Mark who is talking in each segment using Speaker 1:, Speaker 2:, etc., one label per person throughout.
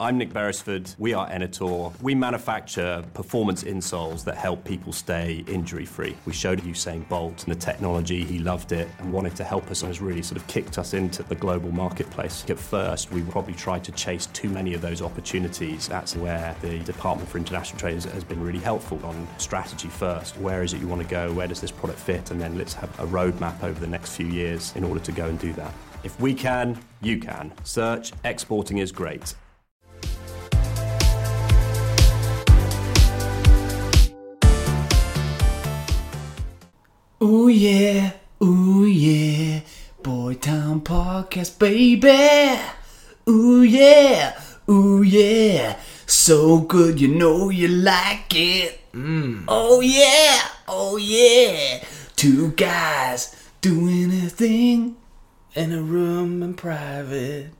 Speaker 1: I'm Nick Beresford. We are Enator. We manufacture performance insoles that help people stay injury free. We showed Usain Bolt and the technology. He loved it and wanted to help us and has really sort of kicked us into the global marketplace. At first, we probably tried to chase too many of those opportunities. That's where the Department for International Trade has been really helpful on strategy first. Where is it you want to go? Where does this product fit? And then let's have a roadmap over the next few years in order to go and do that. If we can, you can. Search Exporting is Great.
Speaker 2: Ooh yeah, ooh yeah, Boytown Podcast, baby. Ooh yeah, ooh yeah, so good you know you like it. Mm. Oh yeah, oh yeah, two guys doing a thing in a room in private.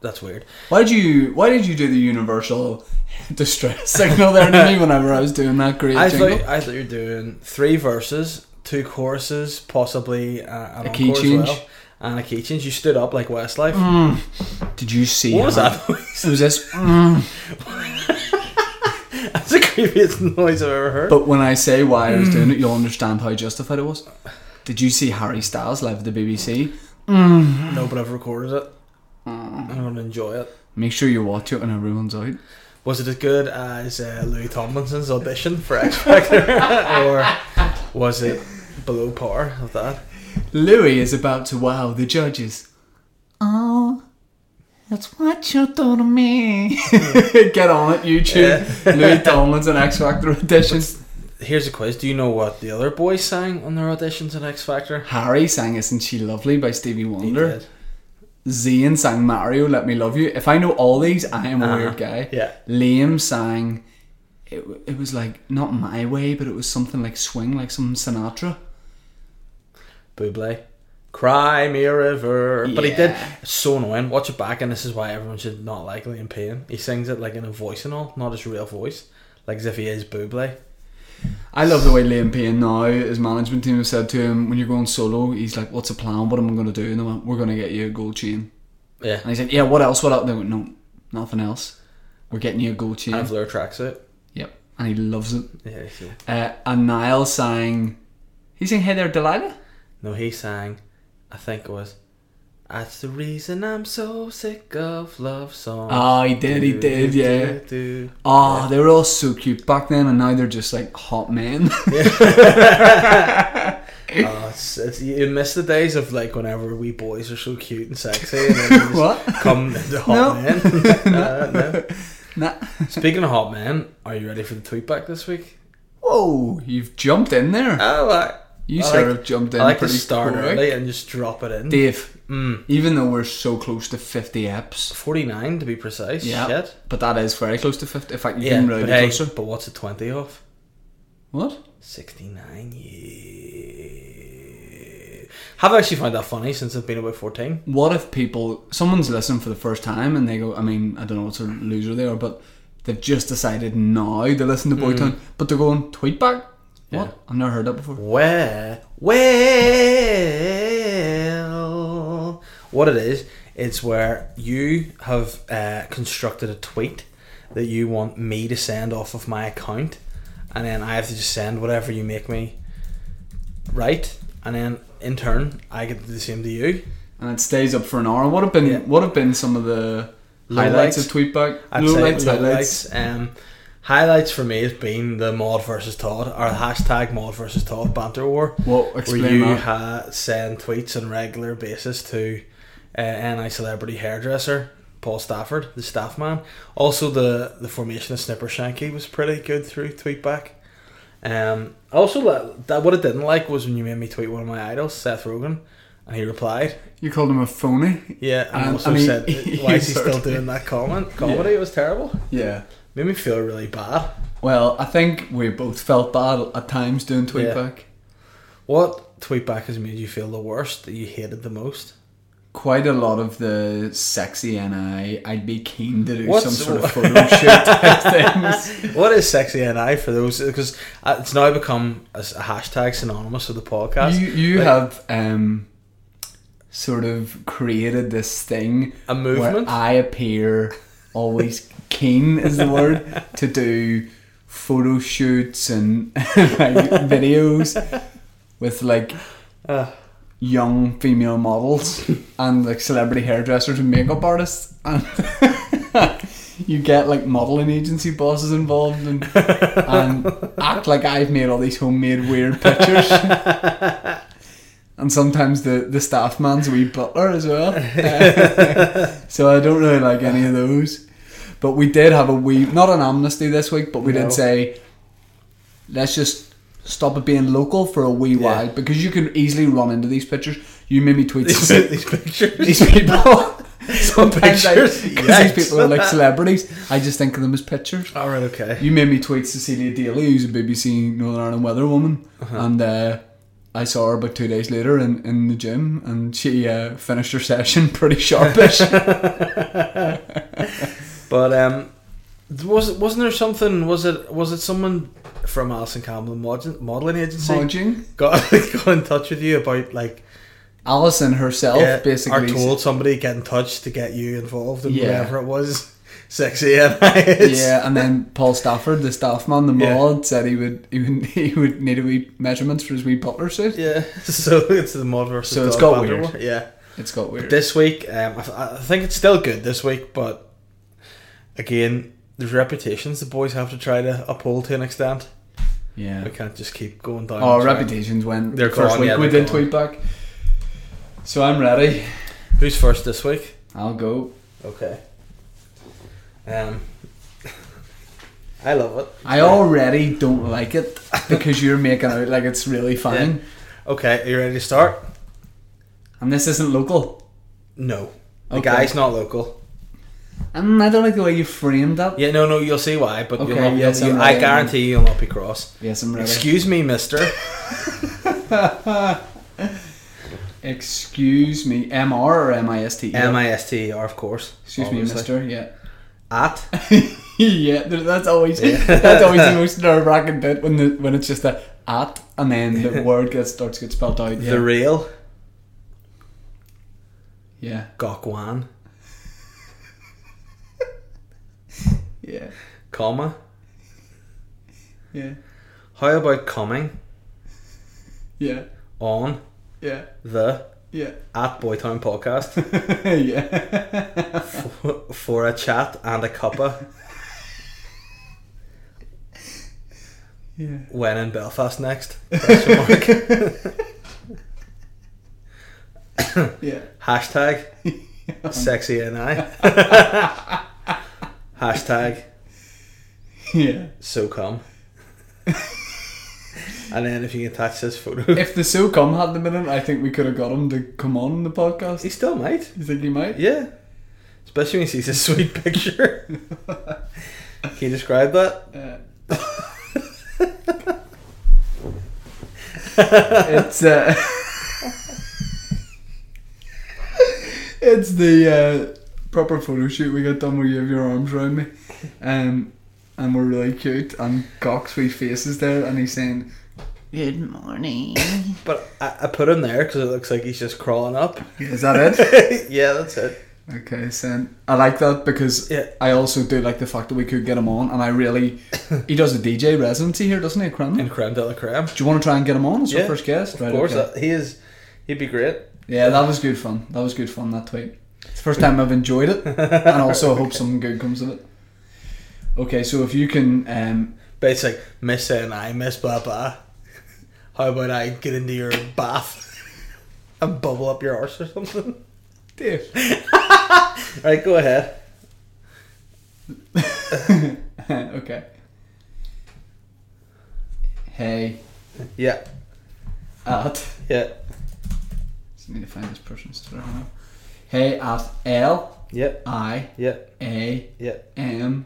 Speaker 3: That's weird.
Speaker 2: Why did you Why did you do the universal distress signal there to me whenever I was doing that great
Speaker 3: I
Speaker 2: jingle?
Speaker 3: thought I thought you were doing three verses, two choruses, possibly uh, an
Speaker 2: A key
Speaker 3: encore as
Speaker 2: change. Mm.
Speaker 3: well, and a key change. You stood up like Westlife.
Speaker 2: Did you see?
Speaker 3: What was
Speaker 2: how-
Speaker 3: that noise?
Speaker 2: It was this.
Speaker 3: That's the creepiest noise I've ever heard.
Speaker 2: But when I say why
Speaker 3: Mm.
Speaker 2: I was doing it, you'll understand how justified it was. Did you see Harry Styles live at the BBC?
Speaker 3: no, but I've recorded it.
Speaker 2: Mm.
Speaker 3: I'm gonna enjoy it.
Speaker 2: Make sure you watch it when everyone's out.
Speaker 3: Was it as good as uh, Louis Tomlinson's audition for X Factor, or was it below par of that?
Speaker 2: Louis is about to wow the judges. Oh, that's what you do to me. Get on it, YouTube. Louis Tomlinson X Factor edition.
Speaker 3: Here's a quiz. Do you know what the other boys sang on their auditions in X Factor?
Speaker 2: Harry sang Isn't She Lovely by Stevie
Speaker 3: He
Speaker 2: Wonder.
Speaker 3: did.
Speaker 2: Zayn sang Mario, Let Me Love You. If I know all these, I am a weird guy.
Speaker 3: Uh-huh. yeah.
Speaker 2: Liam sang. It, w- it was like not my way, but it was something like swing, like some Sinatra.
Speaker 3: Buble. Cry me a river. But he did.
Speaker 2: Yeah.
Speaker 3: It's so annoying. Watch it back, and this is why everyone should not like Liam Payne. He sings it like in a voice and all, not his real voice. Like as if he is Buble.
Speaker 2: I love the way Liam Payne now, his management team have said to him, when you're going solo, he's like, "What's the plan? What am I going to do?" And they went, "We're going to get you a gold chain."
Speaker 3: Yeah.
Speaker 2: And he's like, "Yeah, what else? What else?" And they went, "No, nothing else. We're getting you a gold chain."
Speaker 3: And Fleur tracks it.
Speaker 2: yep, and he loves it.
Speaker 3: Yeah. so-
Speaker 2: Uh, and Niall sang, he sang "Hey There, Delilah."
Speaker 3: No, he sang. I think it was. That's the reason I'm so sick of love songs.
Speaker 2: Oh, he did, he did, yeah.
Speaker 3: do.
Speaker 2: Oh, they were all so cute back then, and now they're just like hot men.
Speaker 3: Oh, it's, it's, you miss the days of like whenever we boys are so cute and sexy and then you just
Speaker 2: What?
Speaker 3: come into hot men. Uh, no.
Speaker 2: nah.
Speaker 3: Speaking of hot men, are you ready for the tweet back this week?
Speaker 2: Whoa, you've jumped in there.
Speaker 3: I Ah, like.
Speaker 2: You
Speaker 3: I
Speaker 2: sort
Speaker 3: like-
Speaker 2: of jumped in
Speaker 3: I like to
Speaker 2: pretty
Speaker 3: start
Speaker 2: quick.
Speaker 3: early and just drop it in.
Speaker 2: Dave,
Speaker 3: Mm.
Speaker 2: even though we're so close to 50 eps,
Speaker 3: Forty-nine to be precise.
Speaker 2: yeah,
Speaker 3: Shit.
Speaker 2: but that is very close to 50. In fact, you
Speaker 3: Yeah.
Speaker 2: can really
Speaker 3: But, hey,
Speaker 2: closer.
Speaker 3: but what's a twenty off?
Speaker 2: What?
Speaker 3: Sixty-nine. Yeah. Have actually found that funny since I've been about fourteen.
Speaker 2: What if people, someone's listening for the first time and they go, I mean, I don't know what sort of loser they are, but they've just decided now to listen to Boytown, but they're going, tweet back?
Speaker 3: Hmm. Yeah.
Speaker 2: What? I've never heard that before.
Speaker 3: Where? Well, what it is, it's where you have uh, constructed a tweet that you want me to send off of my account, and then I have to just send whatever you make me write, and then in turn I get to do the same to you.
Speaker 2: And it stays up for an hour. What have been,
Speaker 3: Yeah.
Speaker 2: what have been some of the
Speaker 3: Highlights.
Speaker 2: highlights, of tweet back?
Speaker 3: I'd say lowlights. Um, highlights for me has been the mod versus Todd or the hashtag mod versus Todd banter war.
Speaker 2: Well,
Speaker 3: where
Speaker 2: explain
Speaker 3: you
Speaker 2: that.
Speaker 3: ha- send tweets on a regular basis to uh, NI celebrity hairdresser Paul Stafford, the staff man. Also, the the formation of Snipper Shanky was pretty good through tweetback. Um, I also, li- that what I didn't like was when you made me tweet one of my idols, Seth Rogen, and he replied.
Speaker 2: You called him a phony?
Speaker 3: Yeah, and
Speaker 2: Um,
Speaker 3: also
Speaker 2: I mean,
Speaker 3: said, "Why is he
Speaker 2: you
Speaker 3: still
Speaker 2: sort of-
Speaker 3: doing that comment? Comedy it was terrible.
Speaker 2: Yeah.
Speaker 3: Made me feel really bad."
Speaker 2: Well, I think we both felt bad at times doing tweet
Speaker 3: Yeah.
Speaker 2: back.
Speaker 3: What tweetback has made you feel the worst that you hated the most?
Speaker 2: Quite a lot of the sexy and I, I'd be keen to do
Speaker 3: What's-
Speaker 2: some sort of photo shoot type things.
Speaker 3: What is sexy NI for those? Because it's now become a s- a hashtag synonymous with the podcast.
Speaker 2: You, you
Speaker 3: Like,
Speaker 2: have um, sort of created this thing
Speaker 3: A movement?
Speaker 2: where I appear always keen is the word to do photo shoots and like videos with like
Speaker 3: Ah.
Speaker 2: young female models and like celebrity hairdressers and makeup artists and you get like modeling agency bosses involved and, and act like I've made all these homemade weird pictures and sometimes the, the staff man's a wee butler as well so I don't really like any of those but we did have a wee not an amnesty this week but we
Speaker 3: No.
Speaker 2: did say let's just stop it being local for a wee
Speaker 3: Yeah.
Speaker 2: while because you can easily run into these pictures. You made me tweet
Speaker 3: these,
Speaker 2: some-
Speaker 3: these pictures.
Speaker 2: these people. Sometimes I,
Speaker 3: Pictures?
Speaker 2: 'cause
Speaker 3: Yikes.
Speaker 2: these people are like celebrities. I just think of them as pictures.
Speaker 3: All right, okay.
Speaker 2: You made me tweet Cecilia Daly, who's a BBC Northern Ireland weather woman,
Speaker 3: Uh-huh.
Speaker 2: and uh, I saw her about two days later in, in the gym, and she uh, finished her session pretty sharpish.
Speaker 3: But um, was wasn't there something? Was it was it someone from Alison Campbell mod- modeling agency
Speaker 2: Smudging.
Speaker 3: got got in touch with you about like
Speaker 2: Alison herself
Speaker 3: yeah, or
Speaker 2: basically
Speaker 3: told somebody get in touch to get you involved in
Speaker 2: Yeah.
Speaker 3: whatever it was? Sexy and it's
Speaker 2: Yeah, and then Paul Stafford, the staff man, the
Speaker 3: Yeah.
Speaker 2: mod, said he would he would, he would need a wee measurements for his wee butler suit.
Speaker 3: yeah. So it's the mod versus
Speaker 2: So it's
Speaker 3: dog
Speaker 2: got
Speaker 3: battle
Speaker 2: weird.
Speaker 3: war. Yeah.
Speaker 2: It's got weird.
Speaker 3: This week, um, I, I think it's still good this week, but again, there's reputations the boys have to try to uphold to an extent.
Speaker 2: yeah.
Speaker 3: We can't just keep going down.
Speaker 2: Oh,
Speaker 3: and trying-
Speaker 2: reputations went
Speaker 3: They're
Speaker 2: the first
Speaker 3: gone,
Speaker 2: week
Speaker 3: yeah,
Speaker 2: we
Speaker 3: they're
Speaker 2: did tweet back. So I'm ready.
Speaker 3: Who's first this week?
Speaker 2: I'll go.
Speaker 3: Okay. Um, I love it.
Speaker 2: I already don't like it because you're making out like it's really fine,
Speaker 3: Okay, are you ready to start?
Speaker 2: and this isn't local.
Speaker 3: No. The
Speaker 2: Okay.
Speaker 3: guy's not local.
Speaker 2: And I don't like the way you framed that.
Speaker 3: Yeah, no, no, you'll see why, but
Speaker 2: Okay,
Speaker 3: you'll not,
Speaker 2: yes,
Speaker 3: you'll-
Speaker 2: I'm
Speaker 3: I
Speaker 2: ready.
Speaker 3: guarantee you'll not be cross.
Speaker 2: Yes, I'm ready.
Speaker 3: Excuse me, mister.
Speaker 2: Excuse me, M R or M I S T E?
Speaker 3: M I S T E R, of course.
Speaker 2: Excuse me,
Speaker 3: obviously.
Speaker 2: Mister. Yeah.
Speaker 3: At.
Speaker 2: yeah, th- that's always that's always the most nerve wracking bit when the when it's just a at and then the word gets starts to get spelled out. Yeah.
Speaker 3: The real
Speaker 2: yeah.
Speaker 3: Gokwan,
Speaker 2: Yeah.
Speaker 3: comma.
Speaker 2: Yeah.
Speaker 3: How about coming
Speaker 2: Yeah.
Speaker 3: on
Speaker 2: Yeah.
Speaker 3: the
Speaker 2: Yeah.
Speaker 3: at Boytown podcast
Speaker 2: yeah.
Speaker 3: f- for a chat and a cuppa
Speaker 2: Yeah.
Speaker 3: when in Belfast next? Question mark.
Speaker 2: Yeah.
Speaker 3: Hashtag sexy and I. Hashtag
Speaker 2: Yeah.
Speaker 3: so come. and then if you can attach this photo,
Speaker 2: If the so come had the minute, I think we could have got him to come on the podcast.
Speaker 3: he still might.
Speaker 2: You think he might?
Speaker 3: Yeah. Especially when he sees a sweet picture. can you describe that?
Speaker 2: Uh, it's uh, it's the uh, proper photo shoot we got done where you have your arms around me, um, and we're really cute and Cock's wee face is there, and he's saying, "Good morning."
Speaker 3: But I, I put him there because it looks like he's just crawling up.
Speaker 2: Is that it?
Speaker 3: yeah, that's it.
Speaker 2: Okay, so I like that because
Speaker 3: Yeah.
Speaker 2: I also do like the fact that we could get him on, and I really he does a DJ residency here, doesn't he, at Cranmer?
Speaker 3: And creme de la creme.
Speaker 2: Do you want to try and get him on as
Speaker 3: Yeah,
Speaker 2: your first guest?
Speaker 3: Of course, uh,
Speaker 2: okay.
Speaker 3: that, he is. He'd be great.
Speaker 2: Yeah, that was good fun. That was good fun. That tweet. It's the first time I've enjoyed it, and also I hope something good comes of it. Okay, so if you can, um,
Speaker 3: But it's like miss and I miss blah blah. How about I get into your bath and bubble up your arse or something?
Speaker 2: Dave,
Speaker 3: Right, go ahead.
Speaker 2: okay. Hey,
Speaker 3: Yeah,
Speaker 2: at
Speaker 3: yeah,
Speaker 2: just need to find this person's Twitter. now. Hey at L
Speaker 3: yeah,
Speaker 2: I
Speaker 3: yeah,
Speaker 2: A
Speaker 3: yeah,
Speaker 2: M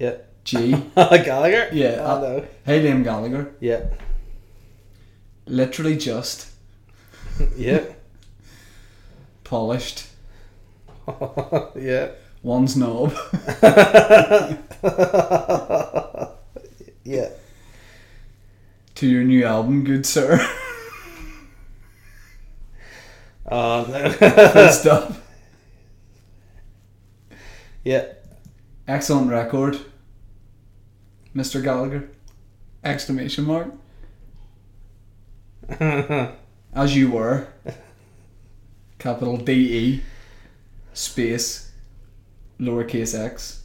Speaker 3: yeah.
Speaker 2: G.
Speaker 3: Gallagher.
Speaker 2: Yeah,
Speaker 3: I
Speaker 2: uh,
Speaker 3: know.
Speaker 2: Hey Liam Gallagher.
Speaker 3: Yeah,
Speaker 2: Literally just
Speaker 3: yeah,
Speaker 2: polished
Speaker 3: yeah,
Speaker 2: one's knob.
Speaker 3: yeah.
Speaker 2: to your new album, good sir.
Speaker 3: Oh no. Oh,
Speaker 2: Good stuff.
Speaker 3: yeah,
Speaker 2: Excellent record, Mr. Gallagher! Exclamation mark. As you were. Capital D E space lowercase x.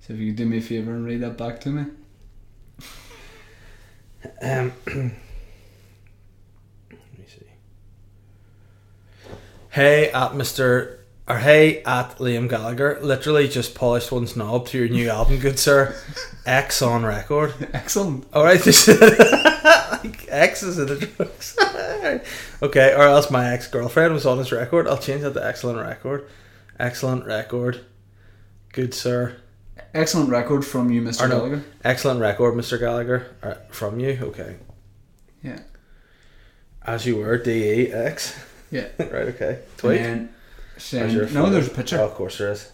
Speaker 2: So if you could do me a favour and read that back to me.
Speaker 3: Um, let me see. Hey at Mr. Or hey at Liam Gallagher. Literally just polished one's knob to your new album, good sir. X on record.
Speaker 2: Excellent.
Speaker 3: Alright, this like, X is in the drugs. okay, or else my ex girlfriend was on his record. I'll change that to excellent record. Excellent record. Good sir.
Speaker 2: Excellent record from you, Mr.
Speaker 3: Or no.
Speaker 2: Gallagher.
Speaker 3: Excellent record, Mr. Gallagher. Uh, From you, okay.
Speaker 2: Yeah.
Speaker 3: As you were, D E X.
Speaker 2: Yeah.
Speaker 3: right, okay.
Speaker 2: And
Speaker 3: Tweet.
Speaker 2: then
Speaker 3: Where's your
Speaker 2: send, no,
Speaker 3: photo?
Speaker 2: there's a
Speaker 3: Oh,
Speaker 2: picture.
Speaker 3: of course there is.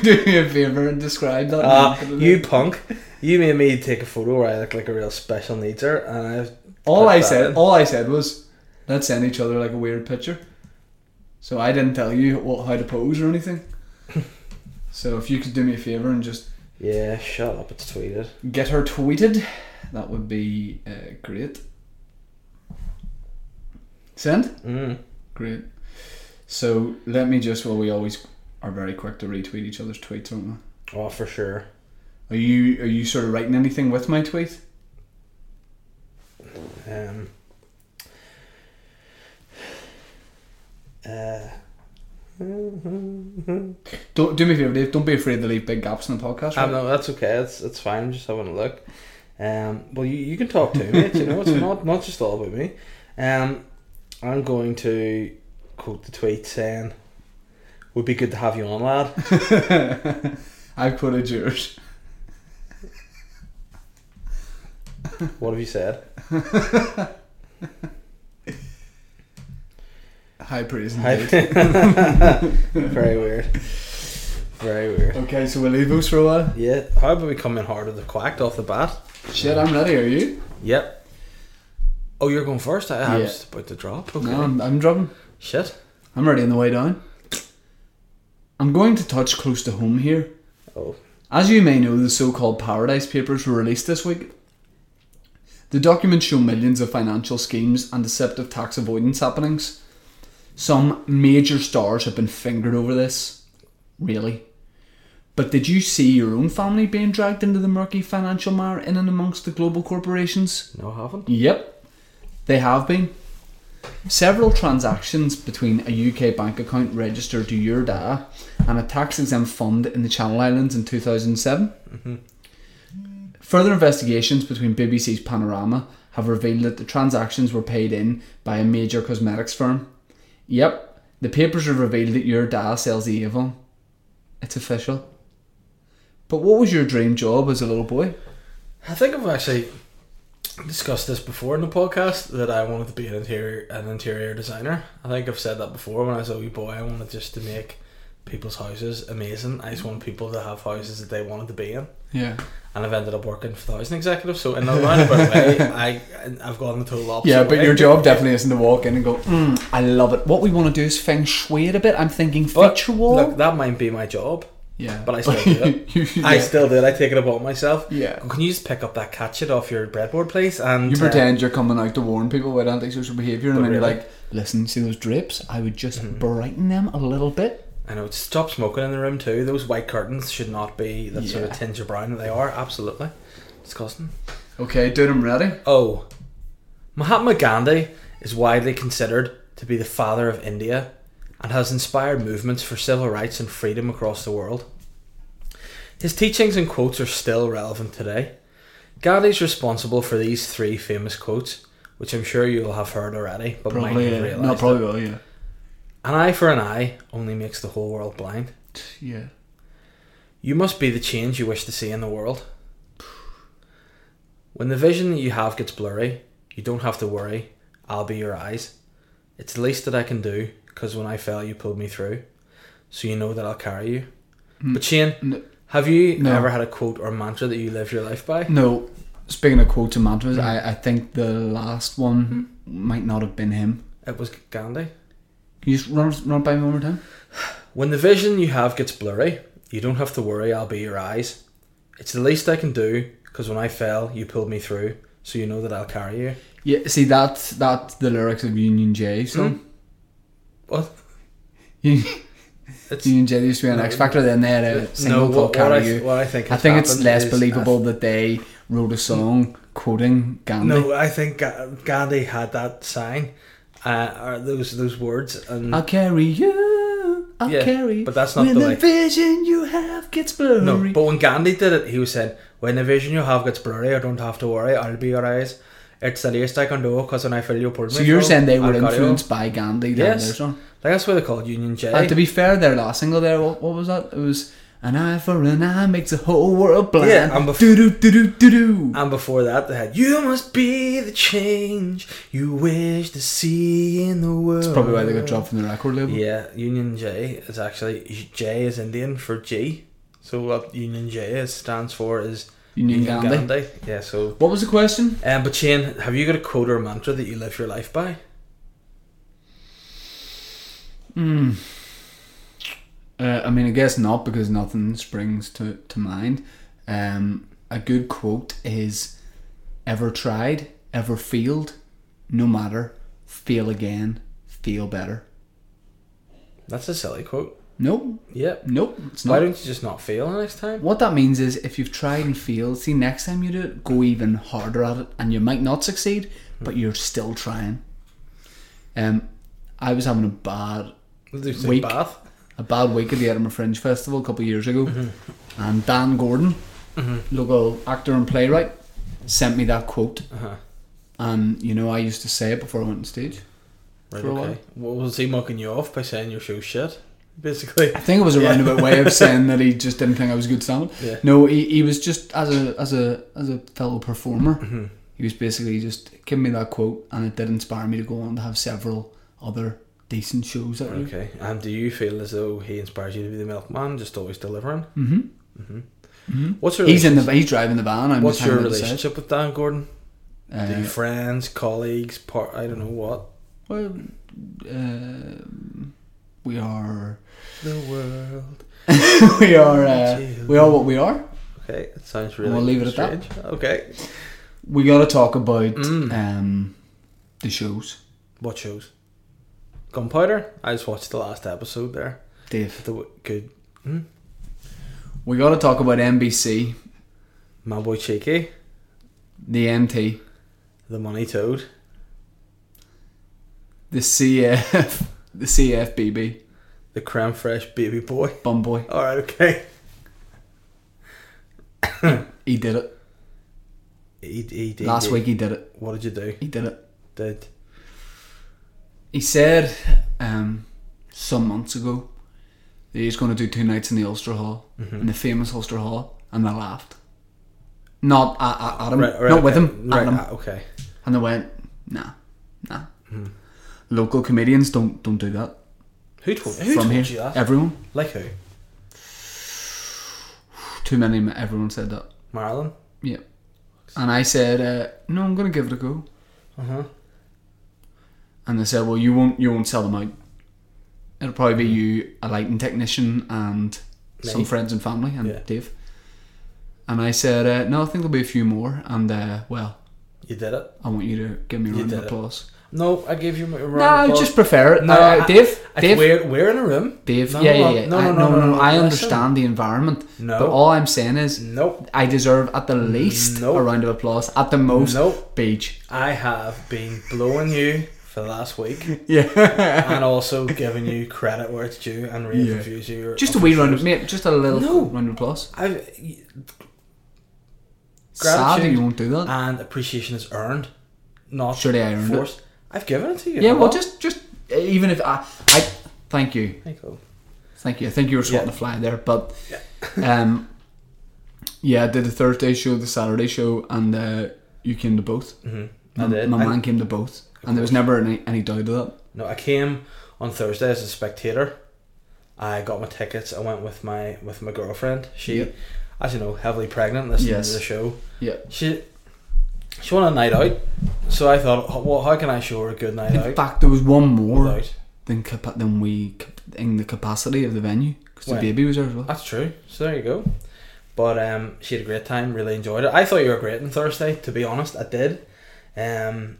Speaker 2: do me a favour and describe that.
Speaker 3: Ah,
Speaker 2: man.
Speaker 3: Oh. you punk. You made me take a photo where I look like a real special needser, and I.
Speaker 2: all
Speaker 3: put
Speaker 2: I
Speaker 3: that
Speaker 2: said,
Speaker 3: in.
Speaker 2: all I said was, let's send each other like a weird picture. So I didn't tell you what, how to pose or anything. so if you could do me a favour and just
Speaker 3: Yeah, shut up. It's tweeted.
Speaker 2: get her tweeted, that would be uh, great. Send.
Speaker 3: Mm.
Speaker 2: Great. So let me just, well, we always are very quick to retweet each other's tweets, aren't we?
Speaker 3: Oh, for sure.
Speaker 2: Are you are you sort of writing anything with my tweet?
Speaker 3: Um. Uh,
Speaker 2: Don't do me a favor, Dave. Don't be afraid to leave big gaps in the podcast.
Speaker 3: I
Speaker 2: Right?
Speaker 3: no, that's okay. It's it's fine. I'm just having a look. Um, well, you, you can talk to me. You know, it's not not just all about me. Um, I'm going to quote the tweet saying, "Would be good to have you on, lad."
Speaker 2: I've quoted yours.
Speaker 3: What have you said?
Speaker 2: High praise
Speaker 3: Hi-
Speaker 2: indeed.
Speaker 3: Very weird. Very weird.
Speaker 2: okay, so we'll leave those for a while.
Speaker 3: Yeah. How about we come in hard with the quacked off the bat?
Speaker 2: Shit, I'm ready. Are you?
Speaker 3: Yep. Oh, you're going first. I, I
Speaker 2: Yeah.
Speaker 3: was about to drop. Okay.
Speaker 2: No, I'm, I'm dropping.
Speaker 3: Shit.
Speaker 2: I'm ready on the way down. I'm going to touch close to home here.
Speaker 3: Oh.
Speaker 2: As you may know, the so called Paradise Papers were released this week. The documents show millions of financial schemes and deceptive tax avoidance happenings. Some major stars have been fingered over this. Really? But did you see your own family being dragged into the murky financial mire in and amongst the global corporations?
Speaker 3: No, I haven't.
Speaker 2: Yep, they have been. Several transactions between a UK bank account registered to your data and a tax exempt fund in the Channel Islands in 2007. Further investigations between BBC's Panorama have revealed that the transactions were paid in by a major cosmetics firm. Yep, the papers have revealed that your data sells the Avon. It's official. But what was your dream job as a little boy?
Speaker 3: I think I've actually discussed this before in the podcast that I wanted to be an interior an interior designer. I think I've said that before when I was a wee boy. I wanted just to make people's houses amazing. I just wanted people to have houses that they wanted to be in.
Speaker 2: Yeah.
Speaker 3: And I've ended up working for thousand executives. So in a roundabout way, I I've gone the total opposite.
Speaker 2: Yeah, but
Speaker 3: way.
Speaker 2: your job definitely isn't to walk in and go, mm, I love it. What we want to do is feng shui it a bit. I'm thinking
Speaker 3: But,
Speaker 2: feature wall.
Speaker 3: Look, that might be my job.
Speaker 2: yeah.
Speaker 3: but I still do it. I still do. it. I take it upon myself.
Speaker 2: Yeah.
Speaker 3: Can you just pick up that catch it off your breadboard, please? And
Speaker 2: You
Speaker 3: uh,
Speaker 2: pretend you're coming out to warn people about antisocial behaviour, and
Speaker 3: But
Speaker 2: then you're
Speaker 3: really. Mm-hmm.
Speaker 2: like, listen, see those drapes? I would just brighten them a little bit.
Speaker 3: I know. Stop smoking in the room too. Those white curtains should not be that sort of
Speaker 2: Yeah.
Speaker 3: tinge of brown that they are. Absolutely disgusting.
Speaker 2: Okay, dude, I'm ready.
Speaker 3: Oh, Mahatma Gandhi is widely considered to be the father of India, and has inspired movements for civil rights and freedom across the world. His teachings and quotes are still relevant today. Gandhi's responsible for these three famous quotes, which I'm sure you'll have heard already, but might
Speaker 2: Probably,
Speaker 3: have
Speaker 2: yeah.
Speaker 3: realised.
Speaker 2: No, probably will, yeah.
Speaker 3: An eye for an eye only makes the whole world blind.
Speaker 2: Yeah.
Speaker 3: You must be the change you wish to see in the world. When the vision that you have gets blurry, you don't have to worry. I'll be your eyes. It's the least that I can do, because when I fell, you pulled me through. So you know that I'll carry you. But Shane,
Speaker 2: No.
Speaker 3: have you
Speaker 2: No.
Speaker 3: ever had a quote or mantra that you live your life by?
Speaker 2: No, speaking of quotes and mantras,
Speaker 3: Mm-hmm.
Speaker 2: I, I think the last one might not have been him.
Speaker 3: It was Gandhi.
Speaker 2: Can you just run, run it by me one more time?
Speaker 3: When the vision you have gets blurry, you don't have to worry, I'll be your eyes. It's the least I can do, because when I fell, you pulled me through, so you know that I'll carry you.
Speaker 2: Yeah, see that's that's the lyrics of Union J
Speaker 3: Mm-hmm.
Speaker 2: song.
Speaker 3: What? It's,
Speaker 2: Union J used to be on X Factor, then they had a single
Speaker 3: no,
Speaker 2: called
Speaker 3: what, what,
Speaker 2: Carry
Speaker 3: I,
Speaker 2: You.
Speaker 3: what I think
Speaker 2: I
Speaker 3: has
Speaker 2: think it's
Speaker 3: happened
Speaker 2: less
Speaker 3: is- uh,
Speaker 2: believable that they wrote a song quoting Gandhi.
Speaker 3: No, I think Ga- Gandhi had that sign, uh, or those those words, and
Speaker 2: I'll carry you. I'll
Speaker 3: Yeah,
Speaker 2: carry you.
Speaker 3: but that's not
Speaker 2: when
Speaker 3: the
Speaker 2: the
Speaker 3: way-
Speaker 2: vision you have gets blurry.
Speaker 3: no. But when Gandhi did it, he was saying, "When the vision you have gets blurry, I don't have to worry. I'll be your eyes. It's the least I can do, because when I feel you pull me."
Speaker 2: so you're
Speaker 3: through,
Speaker 2: saying they
Speaker 3: I'll
Speaker 2: were
Speaker 3: carry on."
Speaker 2: influenced by Gandhi? down
Speaker 3: Yes.
Speaker 2: there, so.
Speaker 3: Like, that's why they call it Union J.
Speaker 2: And to be fair, their last single there, what, what was that? It was an eye for an eye makes the whole world blind.
Speaker 3: Yeah, and bef-
Speaker 2: do do do do do do.
Speaker 3: and before that, they had "You must be the change you wish to see in the world."
Speaker 2: That's probably why they got dropped from the record label.
Speaker 3: Yeah, Union J is actually J is Indian for G. So what Union J is stands for is
Speaker 2: Union Gandhi.
Speaker 3: Yeah. So,
Speaker 2: What was the question?
Speaker 3: um, but Shane, have you got a quote or a mantra that you live your life by?
Speaker 2: Hmm. Uh, I mean, I guess not because nothing springs to to mind. Um, a good quote is, "Ever tried, ever failed, no matter, fail again, feel better."
Speaker 3: That's a silly quote.
Speaker 2: Nope,
Speaker 3: Yep.
Speaker 2: nope, it's
Speaker 3: Why
Speaker 2: not.
Speaker 3: don't you just not fail the next time?
Speaker 2: What that means is if you've tried and failed, see next time you do it, go even harder at it and you might not succeed, but you're still trying. Um I was having a bad
Speaker 3: Do some
Speaker 2: Weak.
Speaker 3: bath.
Speaker 2: a bad week at the Edinburgh Fringe Festival a couple of years ago
Speaker 3: Mm-hmm.
Speaker 2: and Dan Gordon, local actor and playwright, sent me that quote.
Speaker 3: Uh-huh.
Speaker 2: And you know I used to say it before I went on stage.
Speaker 3: Right.
Speaker 2: For a
Speaker 3: okay. Well, was he mocking you off by saying your show's shit? Basically.
Speaker 2: I think it was a roundabout way of saying that he just didn't think I was a good stand
Speaker 3: Yeah.
Speaker 2: No, he, he was just as a as a as a fellow performer.
Speaker 3: Mm-hmm.
Speaker 2: He was basically just giving me that quote, and it did inspire me to go on to have several other decent shows. That year.
Speaker 3: Okay. And do you feel as though he inspires you to be the milkman, just always delivering? Mm-hmm. Mm-hmm. What's your
Speaker 2: He's in
Speaker 3: relationship-
Speaker 2: the he's driving the van. I'm
Speaker 3: What's
Speaker 2: just
Speaker 3: your
Speaker 2: hanging out the side.
Speaker 3: relationship with Dan Gordon? Do
Speaker 2: Uh,
Speaker 3: you friends, colleagues, part? I don't know what.
Speaker 2: well, uh,
Speaker 3: um,
Speaker 2: we are
Speaker 3: The world.
Speaker 2: we are uh, we are what we are.
Speaker 3: Okay, it sounds really.
Speaker 2: We'll leave it at that.
Speaker 3: strange. Okay.
Speaker 2: We got to talk about
Speaker 3: Mm.
Speaker 2: um, the shows,
Speaker 3: What shows? Gunpowder. I just watched the last episode there.
Speaker 2: Dave.
Speaker 3: The w- good. Hmm?
Speaker 2: We got to talk about NBC,
Speaker 3: My boy Cheeky,
Speaker 2: the NT.
Speaker 3: the money toad.
Speaker 2: the CF, the CFBB,
Speaker 3: The creme fresh baby boy.
Speaker 2: bum boy.
Speaker 3: All right. Okay.
Speaker 2: He did it
Speaker 3: He, he did
Speaker 2: last
Speaker 3: it.
Speaker 2: week. He did it.
Speaker 3: What did you do?
Speaker 2: He did it.
Speaker 3: Did
Speaker 2: He said um, some months ago that he's going to do two nights in the Ulster Hall,
Speaker 3: Mm-hmm.
Speaker 2: in the famous Ulster Hall, and they laughed. Not at, at, at him,
Speaker 3: right, right,
Speaker 2: Um, not with
Speaker 3: okay.
Speaker 2: him, at
Speaker 3: Right.
Speaker 2: him.
Speaker 3: ah, Okay.
Speaker 2: and they went, er nah, nah.
Speaker 3: Hmm.
Speaker 2: Local comedians don't don't do that
Speaker 3: Who told, who
Speaker 2: from
Speaker 3: told
Speaker 2: here.
Speaker 3: you that?
Speaker 2: Everyone,
Speaker 3: Like who?
Speaker 2: too many. Everyone said that.
Speaker 3: Marilyn.
Speaker 2: Yeah. And I said, uh, no, I'm going to give it a go.
Speaker 3: Uh huh.
Speaker 2: and they said, "Well, you won't, you won't sell them out. It'll probably
Speaker 3: Hmm.
Speaker 2: be you, a lighting technician, and some
Speaker 3: Mate.
Speaker 2: friends and family, and
Speaker 3: Yeah.
Speaker 2: Dave." And I said, uh, "No, I think there'll be a few more, and uh, well,
Speaker 3: You did it.
Speaker 2: I want you to give me a
Speaker 3: You
Speaker 2: round
Speaker 3: did
Speaker 2: of
Speaker 3: it.
Speaker 2: applause."
Speaker 3: No, I gave you my round
Speaker 2: No, I
Speaker 3: of applause.
Speaker 2: just prefer it,
Speaker 3: No,
Speaker 2: uh,
Speaker 3: I-
Speaker 2: Dave.
Speaker 3: I-
Speaker 2: Dave,
Speaker 3: we're, we're in a room.
Speaker 2: Dave.
Speaker 3: No,
Speaker 2: yeah, yeah, yeah.
Speaker 3: No,
Speaker 2: I,
Speaker 3: no, no, no, no,
Speaker 2: I
Speaker 3: listen.
Speaker 2: understand the environment,
Speaker 3: No.
Speaker 2: but all I'm saying is,
Speaker 3: Nope.
Speaker 2: I deserve at the least
Speaker 3: No.
Speaker 2: a round of applause, at the most,
Speaker 3: Nope.
Speaker 2: beach.
Speaker 3: I have been blowing you for the last week
Speaker 2: Yeah,
Speaker 3: and also giving you credit where it's due and rave
Speaker 2: Yeah.
Speaker 3: reviews of your.
Speaker 2: just a wee round of mate, just a little
Speaker 3: No.
Speaker 2: round of applause.
Speaker 3: I've,
Speaker 2: Sad that
Speaker 3: Gratitude.
Speaker 2: you won't do that.
Speaker 3: and appreciation is earned, not
Speaker 2: Surely I earned it.
Speaker 3: forced. I've given it to you.
Speaker 2: yeah, well,
Speaker 3: Hello.
Speaker 2: just just uh, even if I, I thank you,
Speaker 3: There you go.
Speaker 2: thank you. I think you were swatting
Speaker 3: Yeah.
Speaker 2: a fly there, but um, yeah, I did the Thursday show, the Saturday show, and uh, you came to both.
Speaker 3: I
Speaker 2: My,
Speaker 3: did.
Speaker 2: my
Speaker 3: Mm-hmm. I-
Speaker 2: man came to both, and there was never any any doubt of that.
Speaker 3: No, I came on Thursday as a spectator. I got my tickets. I went with my with my girlfriend. She,
Speaker 2: Yep.
Speaker 3: as you know, heavily pregnant, listening
Speaker 2: Yes.
Speaker 3: to the show.
Speaker 2: Yeah,
Speaker 3: She she wanted a night out, so I thought, "H- well, how can I show her a good night
Speaker 2: in
Speaker 3: out?
Speaker 2: fact, there was one more
Speaker 3: without-
Speaker 2: that than capa- than we cap- in the capacity of the venue because the
Speaker 3: Well,
Speaker 2: baby was there as well.
Speaker 3: That's true. So there you go. But um, she had a great time. Really enjoyed it. I thought you were great on Thursday. To be honest, I did. Um,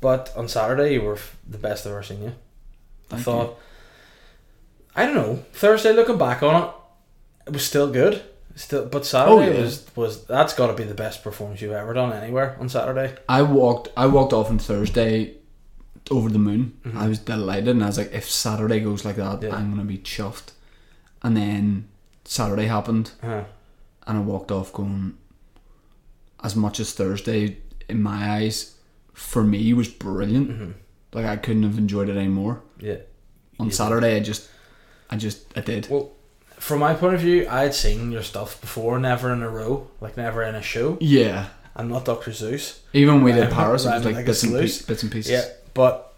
Speaker 3: but on Saturday, you were f- the best I've ever seen you. I
Speaker 2: Thank
Speaker 3: thought. I don't know. Thursday, looking back on it, it was still good. Still, but Saturday
Speaker 2: Oh, yeah.
Speaker 3: was was that's got to be the best performance you've ever done anywhere on Saturday.
Speaker 2: I walked I walked off on Thursday over the moon. I was delighted and I was like, if Saturday goes like that,
Speaker 3: Mm-hmm. Yeah.
Speaker 2: I'm gonna be chuffed. And then Saturday happened
Speaker 3: Uh,
Speaker 2: and I walked off going as much as Thursday in my eyes for me was brilliant.
Speaker 3: Mm-hmm.
Speaker 2: Like I couldn't have enjoyed it any more.
Speaker 3: yeah.
Speaker 2: On
Speaker 3: Yeah.
Speaker 2: Saturday I just I just I did.
Speaker 3: Well, from my point of view, I had seen your stuff before, never in a row, like never in a show.
Speaker 2: Yeah.
Speaker 3: I'm not Doctor Zeus.
Speaker 2: Even when we did
Speaker 3: Right,
Speaker 2: Paris, it
Speaker 3: right,
Speaker 2: was like,
Speaker 3: like a
Speaker 2: bits, and
Speaker 3: sluice.
Speaker 2: pie- bits and pieces.
Speaker 3: Yeah, but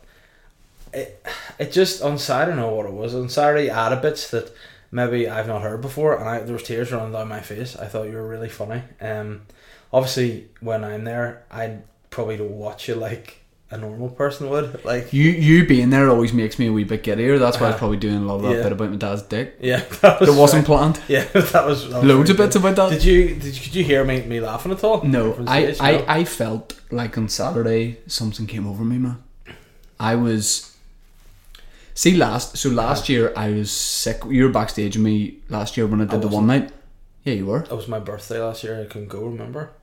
Speaker 3: it it just on Saturday, I don't know what it was on Saturday. Added bits that maybe I've not heard before, and I, there was tears running down my face. I thought you were really funny. Um, obviously when I'm there, I probably don't watch you like a normal person would. Like,
Speaker 2: You you being there always makes me a wee bit giddier. That's why I was
Speaker 3: Uh-huh.
Speaker 2: probably doing a lot of that
Speaker 3: Yeah.
Speaker 2: bit about my dad's dick.
Speaker 3: yeah, that was
Speaker 2: That wasn't planned.
Speaker 3: Yeah, that was that was
Speaker 2: Loads
Speaker 3: really
Speaker 2: of bits
Speaker 3: good.
Speaker 2: about that.
Speaker 3: Oh, Did you did you, could you hear me, me laughing at all?
Speaker 2: No,
Speaker 3: From
Speaker 2: I,
Speaker 3: stage? No?
Speaker 2: I, I felt like on Saturday something came over me, man. I was. See, last so
Speaker 3: Uh-huh.
Speaker 2: last year I was sick. You were backstage with me last year when I did the
Speaker 3: Oh,
Speaker 2: one night. Yeah, you were.
Speaker 3: It was my birthday last year. I couldn't go. Remember?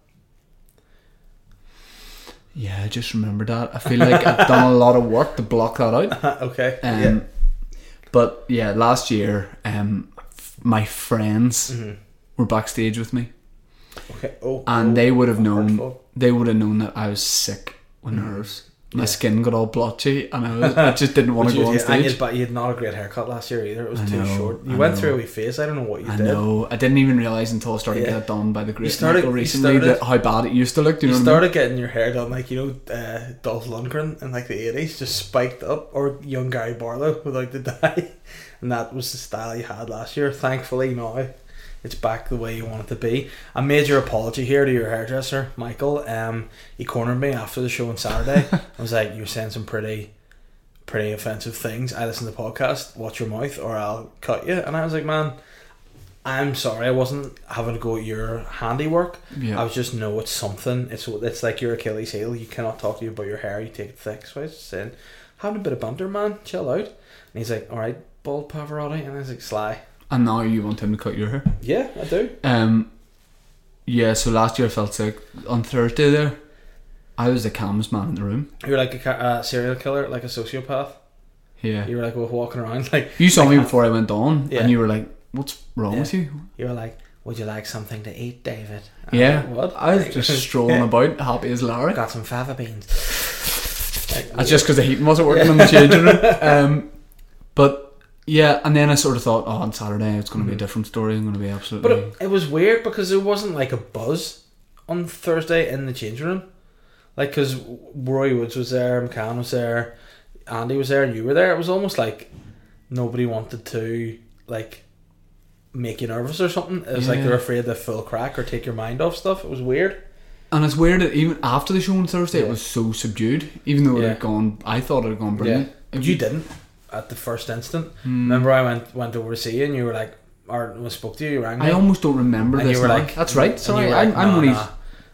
Speaker 2: Yeah, I just remember that. I feel like I've done a lot of work to block that out.
Speaker 3: okay.
Speaker 2: Um,
Speaker 3: yeah.
Speaker 2: But yeah, last year, um, f- my friends were backstage with me,
Speaker 3: Mm-hmm. Okay. Oh.
Speaker 2: and
Speaker 3: oh,
Speaker 2: they would have known.
Speaker 3: hurtful. Mm.
Speaker 2: They would have known that I was sick with nerves. My skin got all blotchy, and I, was, I just didn't want to
Speaker 3: You,
Speaker 2: go on
Speaker 3: yeah, and you,
Speaker 2: stage.
Speaker 3: but you had not a great haircut last year either. It was
Speaker 2: I
Speaker 3: too
Speaker 2: know,
Speaker 3: short. You
Speaker 2: I
Speaker 3: went
Speaker 2: know.
Speaker 3: through a wee phase. I don't know what you
Speaker 2: I
Speaker 3: did.
Speaker 2: know. I didn't even realize until I started
Speaker 3: Yeah.
Speaker 2: getting it done by the great
Speaker 3: started-
Speaker 2: Michael
Speaker 3: you
Speaker 2: recently
Speaker 3: started-
Speaker 2: that how bad it used to look. Do you,
Speaker 3: You
Speaker 2: know what
Speaker 3: started getting your hair done like you know uh, Dolph Lundgren in like the eighties, just spiked up, or young Gary Barlow without the dye, and that was the style you had last year. Thankfully now, it's back the way you want it to be. A major apology here to your hairdresser, Michael. Um, he cornered me after the show on Saturday. I was like, "You're saying some pretty, pretty offensive things." I listen to the podcast. Watch your mouth, or I'll cut you. And I was like, "Man." I'm sorry, I wasn't having to go at your handiwork.
Speaker 2: I mean?
Speaker 3: I
Speaker 2: Yeah.
Speaker 3: was just know it's something. It's it's like your Achilles heel. You cannot talk to you about your hair. You take it thick. So I just said, having a bit of banter, man. Chill out. And he's like, all right, bald Pavarotti. And I was like, sly.
Speaker 2: And now you want him to cut your hair.
Speaker 3: Yeah, I do.
Speaker 2: Um, yeah. So last year I felt sick on Thursday. There, I was the calmest man in the room.
Speaker 3: You're like a ca- uh, serial killer, like a sociopath.
Speaker 2: Yeah.
Speaker 3: You were like walking around like
Speaker 2: You saw me before I went on,
Speaker 3: Yeah.
Speaker 2: and you were like, "What's wrong
Speaker 3: Yeah.
Speaker 2: with you?"
Speaker 3: you were like, would you like something to eat, David? And I
Speaker 2: Yeah,
Speaker 3: was like, what?
Speaker 2: I was just strolling about, happy as Larry.
Speaker 3: Got some fava beans. Like,
Speaker 2: That's just because the heating wasn't working in the changing room. Um, but yeah, and then I sort of thought, "Oh, on Saturday it's going to be a different story. I'm going to be absolutely."
Speaker 3: Mm-hmm. But it, it was weird because there wasn't like a buzz on Thursday in the changing room. Like, because Roy Woods was there, McCann was there, Andy was there, and you were there. It was almost like nobody wanted to, like, make you nervous or something. It was like
Speaker 2: Yeah.
Speaker 3: they're afraid to fill crack or take your mind off stuff. It was weird.
Speaker 2: and it's weird that even after the show on Thursday,
Speaker 3: Yeah.
Speaker 2: it was so subdued. Even though it
Speaker 3: Yeah.
Speaker 2: had gone, I thought it had gone brilliant.
Speaker 3: Yeah.
Speaker 2: If
Speaker 3: You didn't at the first instant.
Speaker 2: Hmm.
Speaker 3: Remember, I went went over to see you, and you were like, or I spoke to you, you rang me.
Speaker 2: I almost don't remember
Speaker 3: and
Speaker 2: this.
Speaker 3: you were
Speaker 2: now.
Speaker 3: like,
Speaker 2: "That's
Speaker 3: and
Speaker 2: right."
Speaker 3: you
Speaker 2: Sorry,
Speaker 3: were
Speaker 2: I'm,
Speaker 3: like,
Speaker 2: I'm
Speaker 3: "Nah,
Speaker 2: only.
Speaker 3: nah."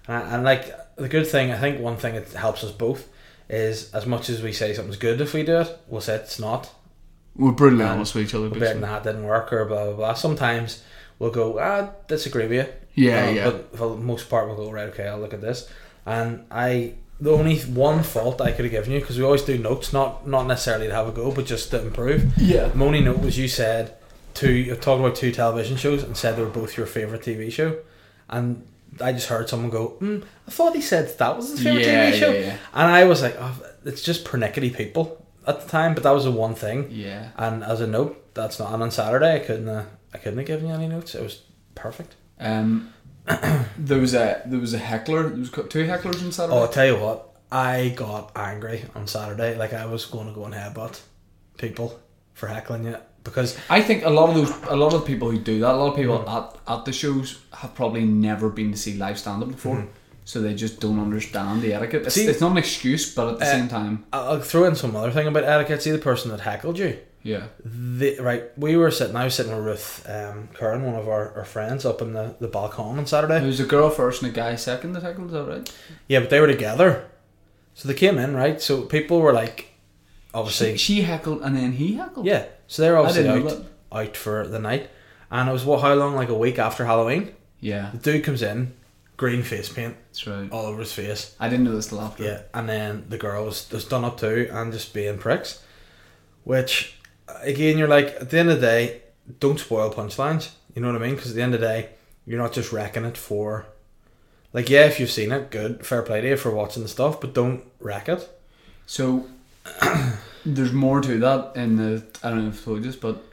Speaker 3: And, and like the good thing, I think one thing that helps us both is as much as we say something's good if we do it, we'll say it's not.
Speaker 2: We're brutally
Speaker 3: And
Speaker 2: honest with each other.
Speaker 3: We'll be like,
Speaker 2: basically.
Speaker 3: nah, it didn't work or blah blah blah. Sometimes we'll go, ah, disagree with you.
Speaker 2: Yeah,
Speaker 3: Uh,
Speaker 2: yeah.
Speaker 3: But for the most part, we'll go right. Okay, I'll look at this. And I, the only one fault I could have given you because we always do notes, not not necessarily to have a go, but just to improve.
Speaker 2: Yeah.
Speaker 3: My only note was you said two. You talked about two television shows and said they were both your favorite TV show, and I just heard someone go, mm, "I thought he said that was his favorite
Speaker 2: Yeah,
Speaker 3: TV show,"
Speaker 2: yeah, yeah.
Speaker 3: and I was like, oh, "It's just pernickety people at the time." But that was the one thing.
Speaker 2: Yeah.
Speaker 3: And as a note, that's not. And on Saturday, I couldn't. Uh, I couldn't have given you any notes. It was perfect.
Speaker 2: Um, there was a there was a heckler. There was co- two hecklers on Saturday.
Speaker 3: Oh, I tell you what, I got angry on Saturday. Like I was going to go and headbutt people for heckling you because
Speaker 2: I think a lot of those, a lot of
Speaker 3: Mm.
Speaker 2: people who do that, a lot of people at, at the shows have probably never been to see live stand up before. so they just don't understand the etiquette. It's,
Speaker 3: Mm-hmm. See-
Speaker 2: it's not an excuse, but at the
Speaker 3: Uh,
Speaker 2: same time,
Speaker 3: I- I'll throw in some other thing about etiquette. See the person that heckled you.
Speaker 2: yeah,
Speaker 3: uh, The, right, we were sitting. I was sitting with Ruth um, Curran, one of our, our friends, up in the the balcony on
Speaker 2: it
Speaker 3: Saturday.
Speaker 2: was a girl first and a guy second. The tackle is that right?
Speaker 3: Yeah, but they were together, so they came in right. So people were like, obviously,
Speaker 2: She, she heckled and then he heckled.
Speaker 3: yeah. So they're
Speaker 2: I
Speaker 3: obviously
Speaker 2: didn't know
Speaker 3: out
Speaker 2: that.
Speaker 3: out for the night, and it was what how long like a week after Halloween.
Speaker 2: Yeah,
Speaker 3: The dude comes in, green face paint
Speaker 2: that's right.
Speaker 3: all over his face.
Speaker 2: I didn't know this till after.
Speaker 3: Yeah, and then the girl was just done up too and just being pricks. Which, again, you're like, at the end of the day, don't spoil punchlines. You know what I mean? Because at the end of the day, you're not just wrecking it for. Like, yeah, if you've seen it, good. Fair play to you for watching the stuff, but don't wreck it.
Speaker 2: So there's more to that in the I don't know if I told you this, but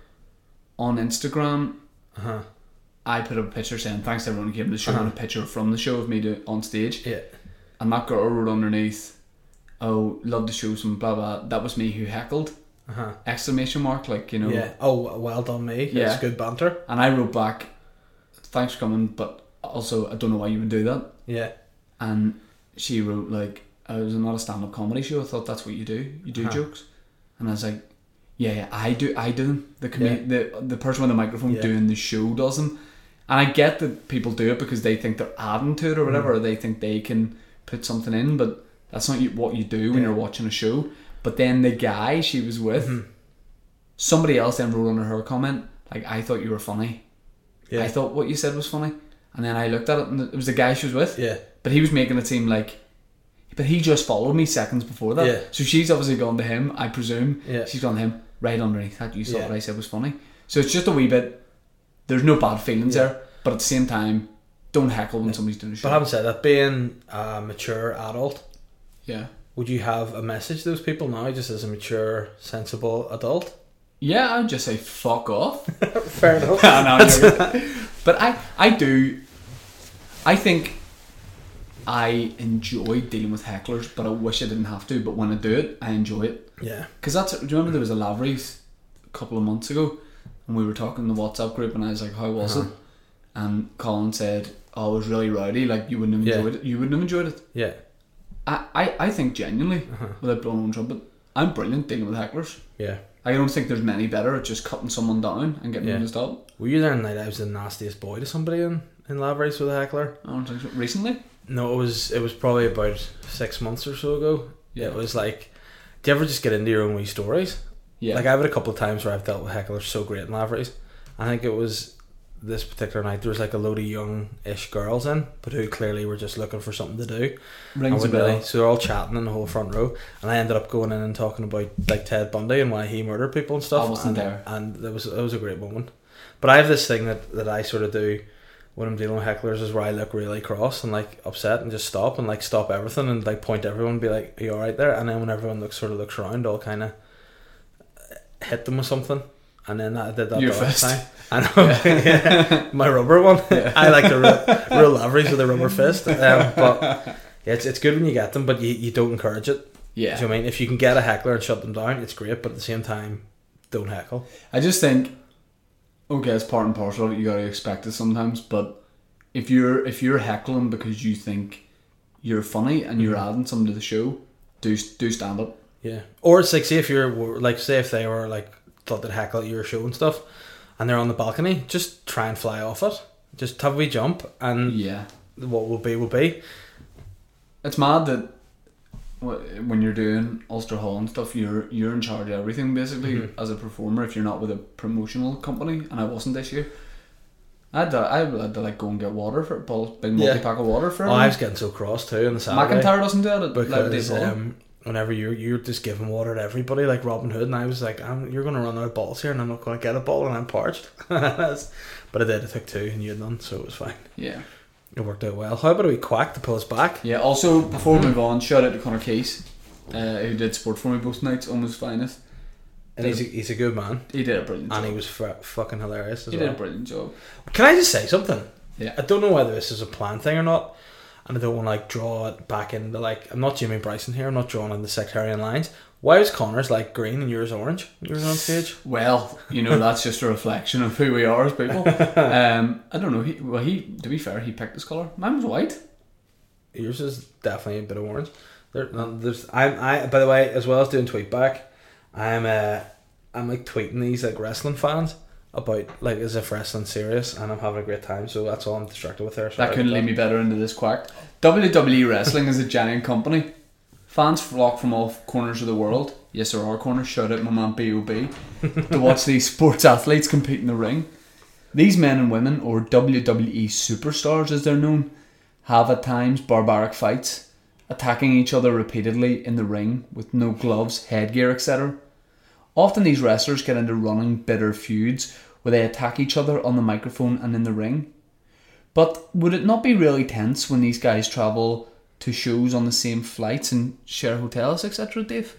Speaker 2: on Instagram
Speaker 3: Uh huh.
Speaker 2: I put up a picture saying thanks to everyone who came to the show and a
Speaker 3: Uh-huh.
Speaker 2: picture from the show of me do, on stage.
Speaker 3: Yeah.
Speaker 2: And that girl wrote underneath, Oh, love the show some blah blah that was me who heckled
Speaker 3: Uh huh.
Speaker 2: exclamation mark like, you know
Speaker 3: Yeah. Oh, well done, me. Yeah.
Speaker 2: Yeah.
Speaker 3: It's good banter.
Speaker 2: and I wrote back, Thanks for coming, but also I don't know why you would do that
Speaker 3: Yeah.
Speaker 2: and she wrote like I was not a stand up comedy show. I thought that's what you do. You do
Speaker 3: Uh-huh.
Speaker 2: jokes, and I was like, yeah, yeah, I do. I do them. The com-
Speaker 3: Yeah.
Speaker 2: the the person with the microphone
Speaker 3: Yeah.
Speaker 2: doing the show does them, and I get that people do it because they think they're adding to it or
Speaker 3: Mm.
Speaker 2: whatever. Or they think they can put something in, but that's not you- what you do when
Speaker 3: Yeah. Mm-hmm.
Speaker 2: you're watching a show. But then the guy she was with, somebody else then wrote under her comment like, I thought you were funny.
Speaker 3: Yeah.
Speaker 2: I thought what you said was funny, and then I looked at it and it was the guy she was with.
Speaker 3: yeah.
Speaker 2: But he was making it seem like, but he just followed me seconds before that.
Speaker 3: Yeah.
Speaker 2: So she's obviously gone to him, I presume.
Speaker 3: Yeah.
Speaker 2: She's gone to him right underneath that. You saw
Speaker 3: Yeah.
Speaker 2: what I said was funny. So it's just a wee bit. There's no bad feelings
Speaker 3: Yeah.
Speaker 2: there, but at the same time, don't heckle when somebody's doing a show.
Speaker 3: But having said that, being a mature adult,
Speaker 2: yeah.
Speaker 3: would you have a message to those people now, just as a mature, sensible adult?
Speaker 2: Yeah, I'd just say fuck off.
Speaker 3: Fair enough.
Speaker 2: No, no, I'm joking. but I, I do. I think I enjoy dealing with hecklers, but I wish I didn't have to. But when I do it, I enjoy it.
Speaker 3: Yeah.
Speaker 2: Because that's. Do you remember there was a Lavery's a couple of months ago, and we were talking in the WhatsApp group, and I was like, "How was
Speaker 3: Uh-huh.
Speaker 2: it?" And Colin said, "Oh, it was really rowdy. Like you wouldn't have
Speaker 3: Yeah.
Speaker 2: enjoyed it. You wouldn't have enjoyed it."
Speaker 3: Yeah.
Speaker 2: I, I, I think genuinely,
Speaker 3: Uh-huh.
Speaker 2: without blowing on trumpet, I'm brilliant dealing with hecklers.
Speaker 3: Yeah.
Speaker 2: I don't think there's many better at just cutting someone down and getting them
Speaker 3: Yeah.
Speaker 2: to stop.
Speaker 3: Were you there in the night I was the nastiest boy to somebody in, in lab race with a heckler?
Speaker 2: I don't think so. Recently,
Speaker 3: No, it was it was probably about six months or so ago.
Speaker 2: Yeah.
Speaker 3: It was like do you ever just get into your own wee stories?
Speaker 2: yeah,
Speaker 3: Like I've had a couple of times where I've dealt with hecklers so great in lab race. I think it was this particular night there was like a load of young ish girls in, but who clearly were just looking for something to do. I
Speaker 2: rings a
Speaker 3: wouldn't really-
Speaker 2: bell.
Speaker 3: So they're all chatting in the whole front row, and I ended up going in and talking about like Ted Bundy and why he murdered people and stuff.
Speaker 2: I wasn't
Speaker 3: and,
Speaker 2: there.
Speaker 3: and that was that was a great moment. But I have this thing that that I sort of do when I'm dealing with hecklers is where I look really cross and like upset and just stop and like stop everything and like point to everyone and be like, "Are you all right there?" And then when everyone looks sort of looks around, I'll kind of hit them with something. And then I did that
Speaker 2: Your
Speaker 3: the last
Speaker 2: fist.
Speaker 3: time. I know. Yeah. My rubber one. I like the real, real leverage with a rubber fist. Um, but yeah, it's, it's good when you get them, but you, you don't encourage it. Do
Speaker 2: Yeah,
Speaker 3: you know what I mean? If you can get a heckler and shut them down, it's great, but at the same time, don't heckle.
Speaker 2: I just think, okay, it's part and parcel. of it, You gotta expect it sometimes. But if you're if you're heckling because you think you're funny and you're
Speaker 3: Mm-hmm.
Speaker 2: adding something to the show, do do stand up.
Speaker 3: Yeah. Or it's like, say if you're, like, say if they were, like, thought they'd heckle at your show and stuff, and they're on the balcony, just try and fly off it. Just have a wee jump, and
Speaker 2: Yeah,
Speaker 3: what will be, will be.
Speaker 2: it's mad that wh- when you're doing Ulster Hall and stuff, you're you're in charge of everything basically
Speaker 3: Mm-hmm.
Speaker 2: as a performer. If you're not with a promotional company, and I wasn't this year. I had, to, I had to like go and get water for a big
Speaker 3: Yeah.
Speaker 2: multi pack of water for
Speaker 3: Oh, I
Speaker 2: everyone.
Speaker 3: was getting so cross, too, on the Saturday.
Speaker 2: McIntyre doesn't do it at Loud Day
Speaker 3: because
Speaker 2: Ball.
Speaker 3: um, whenever you you're just giving water to everybody like Robin Hood, and I was like, I'm, "You're going to run out of balls here, and I'm not going to get a ball, and I'm parched." That's- but I did. I took two, and you had none, so it was fine.
Speaker 2: yeah.
Speaker 3: It worked out well. How about we quack to pull us back?
Speaker 2: Yeah, also, before
Speaker 3: Hmm.
Speaker 2: we move on, shout out to Connor Case, uh, who did sport for me both nights, almost finest.
Speaker 3: And he's a, he's a good man,
Speaker 2: He did a brilliant
Speaker 3: and
Speaker 2: job.
Speaker 3: he was f- fucking hilarious
Speaker 2: He
Speaker 3: as
Speaker 2: did a
Speaker 3: well.
Speaker 2: brilliant job.
Speaker 3: Can I just say something?
Speaker 2: Yeah.
Speaker 3: I don't know whether this is a planned thing or not, and I don't want to like draw it back into like I'm not Jimmy Bryson here. I'm not drawing in the sectarian lines. Why was Connor's like green and yours orange? You were on stage.
Speaker 2: Well, you know, that's just a reflection of who we are as people. Um, I don't know. He, well, he, to be fair, he picked his colour. Mine was white.
Speaker 3: yours is definitely a bit of orange. There, no, there's I'm I by the way as well as doing tweet back, I'm uh I'm like tweeting these like wrestling fans about like as if wrestling serious and I'm having a great time. So that's all I'm distracted with there.
Speaker 2: That couldn't lead me better into this quack. WWE Wrestling is a giant company. Fans flock from all corners of the world. Yes, there are corners. Shout out my man B.O.B. to watch these sports athletes compete in the ring. These men and women, or WWE superstars as they're known, have at times barbaric fights, attacking each other repeatedly in the ring with no gloves, headgear, etc. Often these wrestlers get into running bitter feuds where they attack each other on the microphone and in the ring. But would it not be really tense when these guys travel to shows on the same flights and share hotels, etc., Dave?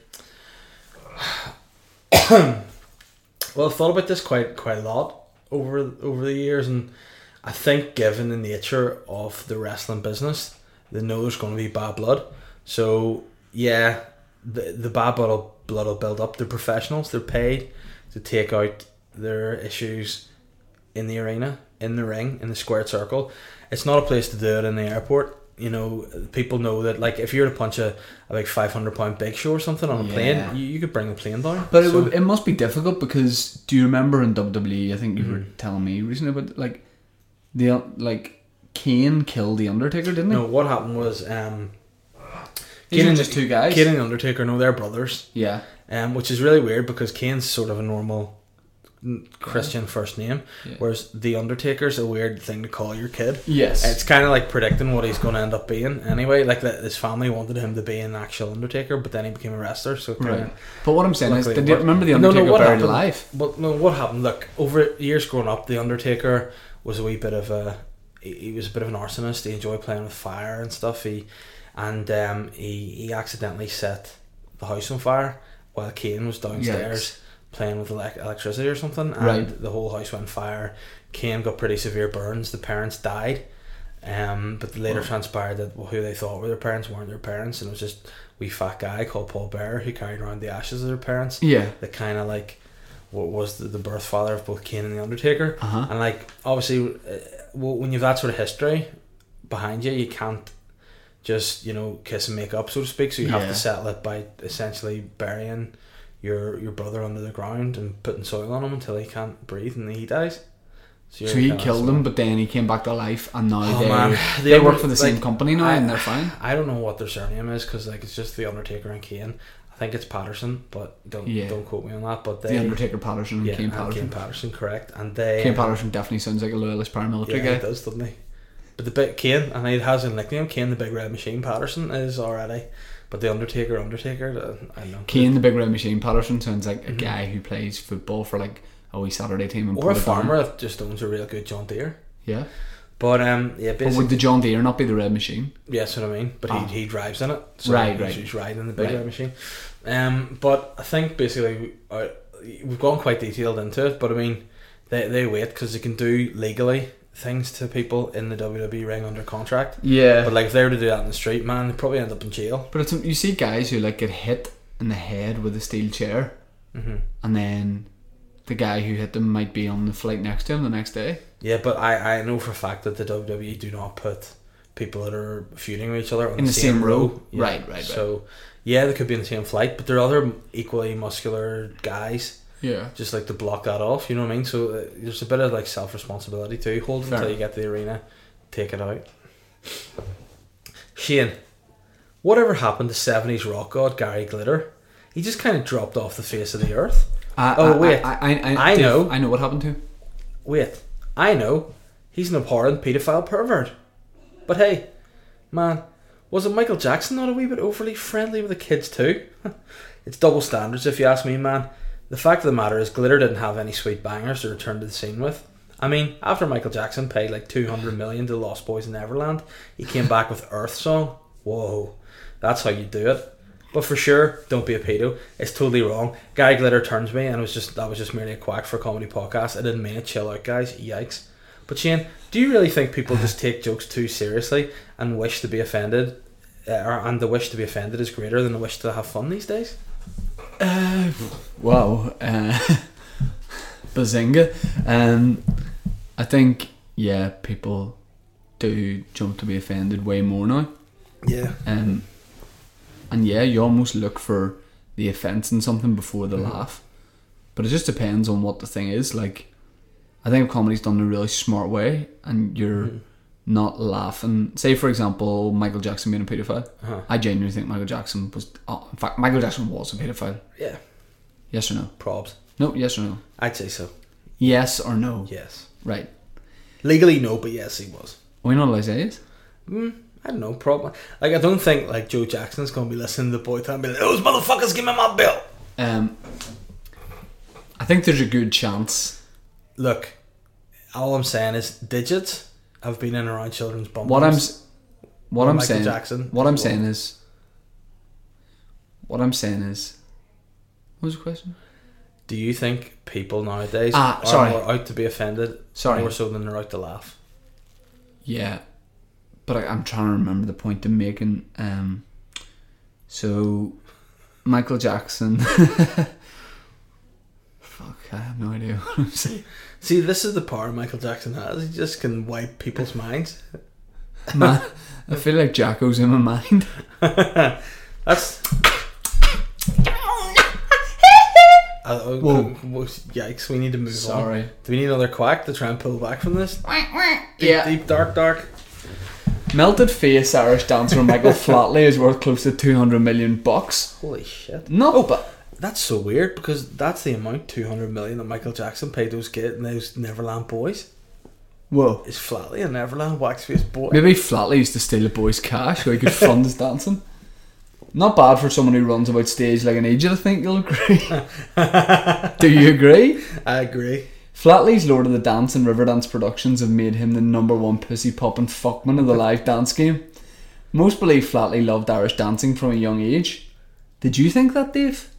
Speaker 3: Well, I've thought about this quite quite a lot over over the years, and I think given the nature of the wrestling business, they know there's going to be bad blood. So yeah, the the bad blood will, blood will build up. They're professionals. They're paid to take out their issues in the arena, in the ring, in the squared circle. It's not a place to do it in the airport. You know, people know that. Like, if you were to punch a, a like five hundred pound big show or something on a
Speaker 2: Yeah.
Speaker 3: plane, you, you could bring the plane down.
Speaker 2: But it,
Speaker 3: So-
Speaker 2: would, it must be difficult because do you remember in WWE? I think you
Speaker 3: Mm.
Speaker 2: were telling me recently about like the like Kane killed the Undertaker, didn't he?
Speaker 3: No, what happened was um,
Speaker 2: These are just two guys.
Speaker 3: Kane and the Undertaker, no, they're brothers,
Speaker 2: Yeah,
Speaker 3: um, which is really weird because Kane's sort of a normal n- Christian first name,
Speaker 2: Yeah.
Speaker 3: whereas the Undertaker's a weird thing to call your kid.
Speaker 2: Yes.
Speaker 3: it's kind of like predicting what he's going to end up being. Anyway, like that, his family wanted him to be an actual Undertaker, but then he became a wrestler, so it
Speaker 2: right.
Speaker 3: kinda-
Speaker 2: But what I'm saying is,
Speaker 3: Luckily,
Speaker 2: did you
Speaker 3: what-
Speaker 2: remember the
Speaker 3: No, no,
Speaker 2: Undertaker
Speaker 3: what
Speaker 2: buried
Speaker 3: happened-
Speaker 2: alive?
Speaker 3: Well, no, what happened? Look, over years growing up, the Undertaker was a wee bit of a he, he was a bit of an arsonist. He enjoyed playing with fire and stuff. He and um, he he accidentally set the house on fire while Kane was downstairs playing with elec- electricity or something, and
Speaker 2: Right.
Speaker 3: the whole house went fire. Kane got pretty severe burns. The parents died. Um, but later transpired that who they thought were their parents weren't their parents, and it was just wee fat guy called Paul Bearer who carried around the ashes of their parents
Speaker 2: Yeah.
Speaker 3: that kind of like what was the, the birth father of both Kane and the Undertaker,
Speaker 2: Uh-huh.
Speaker 3: and like obviously, uh, well, when you've that sort of history behind you, you can't just you know kiss and make up, so to speak. So you have
Speaker 2: Yeah.
Speaker 3: to settle it by essentially burying your your brother under the ground and putting soil on him until he can't breathe and he dies. you're
Speaker 2: So he
Speaker 3: kinda
Speaker 2: killed
Speaker 3: sort
Speaker 2: them, but then he came back to life, and now
Speaker 3: Oh,
Speaker 2: they
Speaker 3: man.
Speaker 2: they,
Speaker 3: The
Speaker 2: work
Speaker 3: Under-
Speaker 2: for the same
Speaker 3: like,
Speaker 2: company now,
Speaker 3: I-
Speaker 2: and they're fine.
Speaker 3: of- I don't know what their surname is because like it's just the Undertaker and Kane. I think it's Patterson, but don't
Speaker 2: Yeah.
Speaker 3: don't quote me on that. But they
Speaker 2: The Undertaker Patterson,
Speaker 3: yeah,
Speaker 2: and Kane
Speaker 3: and
Speaker 2: Patterson.
Speaker 3: Kane Patterson, correct? And they
Speaker 2: Kane Patterson definitely sounds like a loyalist paramilitary
Speaker 3: Yeah,
Speaker 2: guy.
Speaker 3: he does, doesn't he? But the bit Kane, and he has a nickname, Kane the Big Red Machine Patterson is already. But the Undertaker, Undertaker, uh, I don't know.
Speaker 2: Kane, the big red machine, Patterson sounds like a guy who plays football for like a wee Saturday team and
Speaker 3: Mm-hmm. or a farmer that just owns a real good John Deere.
Speaker 2: Yeah,
Speaker 3: But um, yeah,
Speaker 2: but would
Speaker 3: basically,
Speaker 2: the John Deere not be the red machine?
Speaker 3: yeah, that's what I mean. But
Speaker 2: Ah.
Speaker 3: he, he drives in it, so
Speaker 2: Right,
Speaker 3: he's,
Speaker 2: right.
Speaker 3: he's riding in the Big
Speaker 2: Right.
Speaker 3: Red Machine. Um, but I think basically we, uh, we've gone quite detailed into it. But I mean, they they wait because they can do legally things to people in the WWE ring under contract.
Speaker 2: Yeah,
Speaker 3: But like if they were to do that in the street, man, they would probably end up in jail.
Speaker 2: but it's, you see guys who like get hit in the head with a steel chair,
Speaker 3: Mm-hmm.
Speaker 2: and then the guy who hit them might be on the flight next to him the next day.
Speaker 3: Yeah, but I, I know for a fact that the WWE do not put people that are feuding with each other on
Speaker 2: In
Speaker 3: the, same, row. Yeah.
Speaker 2: Right, right, right.
Speaker 3: So, yeah, they could be in the same flight, but there are other equally muscular guys
Speaker 2: Yeah,
Speaker 3: just like to block that off. You know what I mean? So uh, there's a bit of like self responsibility too. Hold it
Speaker 2: Fair.
Speaker 3: until you get to the arena, take it out. Shane, whatever happened to seventies rock god Gary Glitter? He just kind of dropped off the face of the earth.
Speaker 2: I,
Speaker 3: Oh,
Speaker 2: I-
Speaker 3: wait.
Speaker 2: I, I, I,
Speaker 3: I
Speaker 2: Dave,
Speaker 3: know.
Speaker 2: I know what happened to. him.
Speaker 3: Wait, I know. He's an abhorrent paedophile pervert. But hey, man, wasn't Michael Jackson not a wee bit overly friendly with the kids too? it's double standards if you ask me, man. The fact of the matter is, Glitter didn't have any sweet bangers to return to the scene with. I mean, after Michael Jackson paid like 200 million to the Lost Boys in Neverland, he came back with Earth Song. Whoa, that's how you do it. But for sure, don't be a pedo. It's totally wrong. Guy Glitter turns me, and it was just that was just merely a quack for a comedy podcast. I didn't mean it. Chill out, guys. Yikes. But Shane, do you really think people just take jokes too seriously and wish to be offended, uh, or, and the wish to be offended is greater than the wish to have fun these days?
Speaker 2: Uh, wow. Uh, bazinga. Um, I think, yeah, people do jump to be offended way more now.
Speaker 3: Yeah.
Speaker 2: Um, and yeah, you almost look for the offence in something before the laugh. But it just depends on what the thing is. Like, I think comedy's done in a really smart way, and you're not laughing. Say, for example, Michael Jackson being a paedophile.
Speaker 3: Uh-huh.
Speaker 2: I genuinely think Michael Jackson was. Oh, in fact, Michael Jackson was a paedophile.
Speaker 3: Yeah.
Speaker 2: Yes or no?
Speaker 3: Probs.
Speaker 2: No, yes or no?
Speaker 3: I'd say so.
Speaker 2: Yes or no?
Speaker 3: Yes.
Speaker 2: Right.
Speaker 3: Legally, no, but yes, he was.
Speaker 2: Are we not allowed to say it?
Speaker 3: I don't know, probably. Like, I don't think, like, Joe Jackson's going to be listening to the boy time and be like, those motherfuckers give me my bill.
Speaker 2: Um, I think there's a good chance.
Speaker 3: Look, all I'm saying is digits have been in and around children's bum
Speaker 2: What I'm,
Speaker 3: bums.
Speaker 2: s- what I'm
Speaker 3: Michael
Speaker 2: saying,
Speaker 3: Jackson.
Speaker 2: what I'm
Speaker 3: Well-
Speaker 2: saying is, what I'm saying is, what was the question?
Speaker 3: Do you think people nowadays
Speaker 2: Ah,
Speaker 3: are
Speaker 2: sorry.
Speaker 3: more out to be offended
Speaker 2: Sorry.
Speaker 3: more so than they're out to laugh?
Speaker 2: Yeah, but I, I'm trying to remember the point I'm making. Um, so Michael Jackson. Fuck, I have no idea what I'm saying.
Speaker 3: See, this is the power Michael Jackson has. He just can wipe people's minds.
Speaker 2: Man, I feel like Jacko's in my mind.
Speaker 3: That's. Uh, oh,
Speaker 2: Whoa.
Speaker 3: oh, Yikes, we need to move on.
Speaker 2: Sorry.
Speaker 3: Do we need another quack to try and pull back from this? Deep,
Speaker 2: Yeah.
Speaker 3: deep, dark, dark.
Speaker 2: Melted Face Irish dancer Michael Flatley is worth close to 200 million bucks.
Speaker 3: Holy shit.
Speaker 2: No, but
Speaker 3: That's so weird because that's the amount 200 million that Michael Jackson paid those kids and those Neverland boys.
Speaker 2: whoa.
Speaker 3: Is Flatley a Neverland waxface boy?
Speaker 2: Maybe Flatley used to steal a boy's cash so he could fund his dancing. Not bad for someone who runs about stage like an idiot, I think you'll agree. Do you agree?
Speaker 3: I agree.
Speaker 2: Flatley's Lord of the Dance and Riverdance productions have made him the number one pussy popping fuckman of the live dance game. Most believe Flatley loved Irish dancing from a young age. Did you think that, Dave?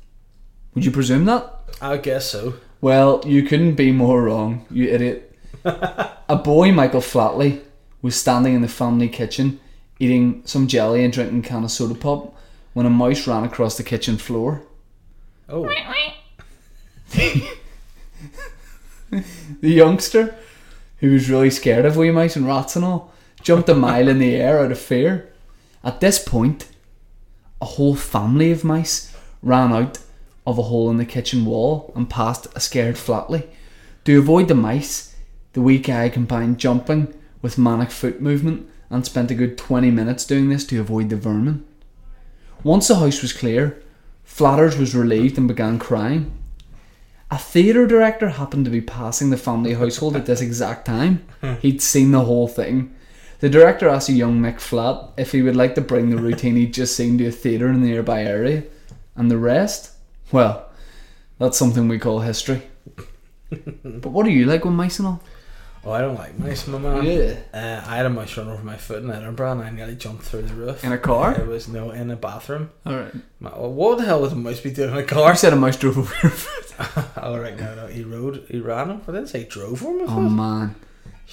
Speaker 2: Would you presume that?
Speaker 3: I guess so.
Speaker 2: Well, you couldn't be more wrong, you idiot. a boy, Michael Flatley, was standing in the family kitchen eating some jelly and drinking a can of soda pop when a mouse ran across the kitchen floor.
Speaker 3: Oh,
Speaker 2: The youngster, who was really scared of wee mice and rats and all, jumped a mile in the air out of fear. At this point, a whole family of mice ran out of a hole in the kitchen wall and past a scared Flatley. To avoid the mice, the wee guy combined jumping with manic foot movement and spent a good 20 minutes doing this to avoid the vermin. Once the house was clear, Flatters was relieved and began crying. A theatre director happened to be passing the family household at this exact time. He'd seen the whole thing. The director asked a young Mick Flat if he would like to bring the routine he'd just seen to a theatre in the nearby area. And the rest? Well, that's something we call history. but what do you like with mice and all?
Speaker 3: oh, I don't like mice, my man.
Speaker 2: Yeah.
Speaker 3: Uh, I had a mouse run over my foot in Edinburgh and I nearly jumped through the roof.
Speaker 2: In a car?
Speaker 3: It was no in a bathroom.
Speaker 2: Alright.
Speaker 3: My, oh, what the hell would a mouse be doing in a
Speaker 2: I
Speaker 3: car?
Speaker 2: said a mouse drove over your foot.
Speaker 3: oh, right, no, no. He rode, he ran over. I didn't say he drove over my
Speaker 2: Oh
Speaker 3: foot.
Speaker 2: man.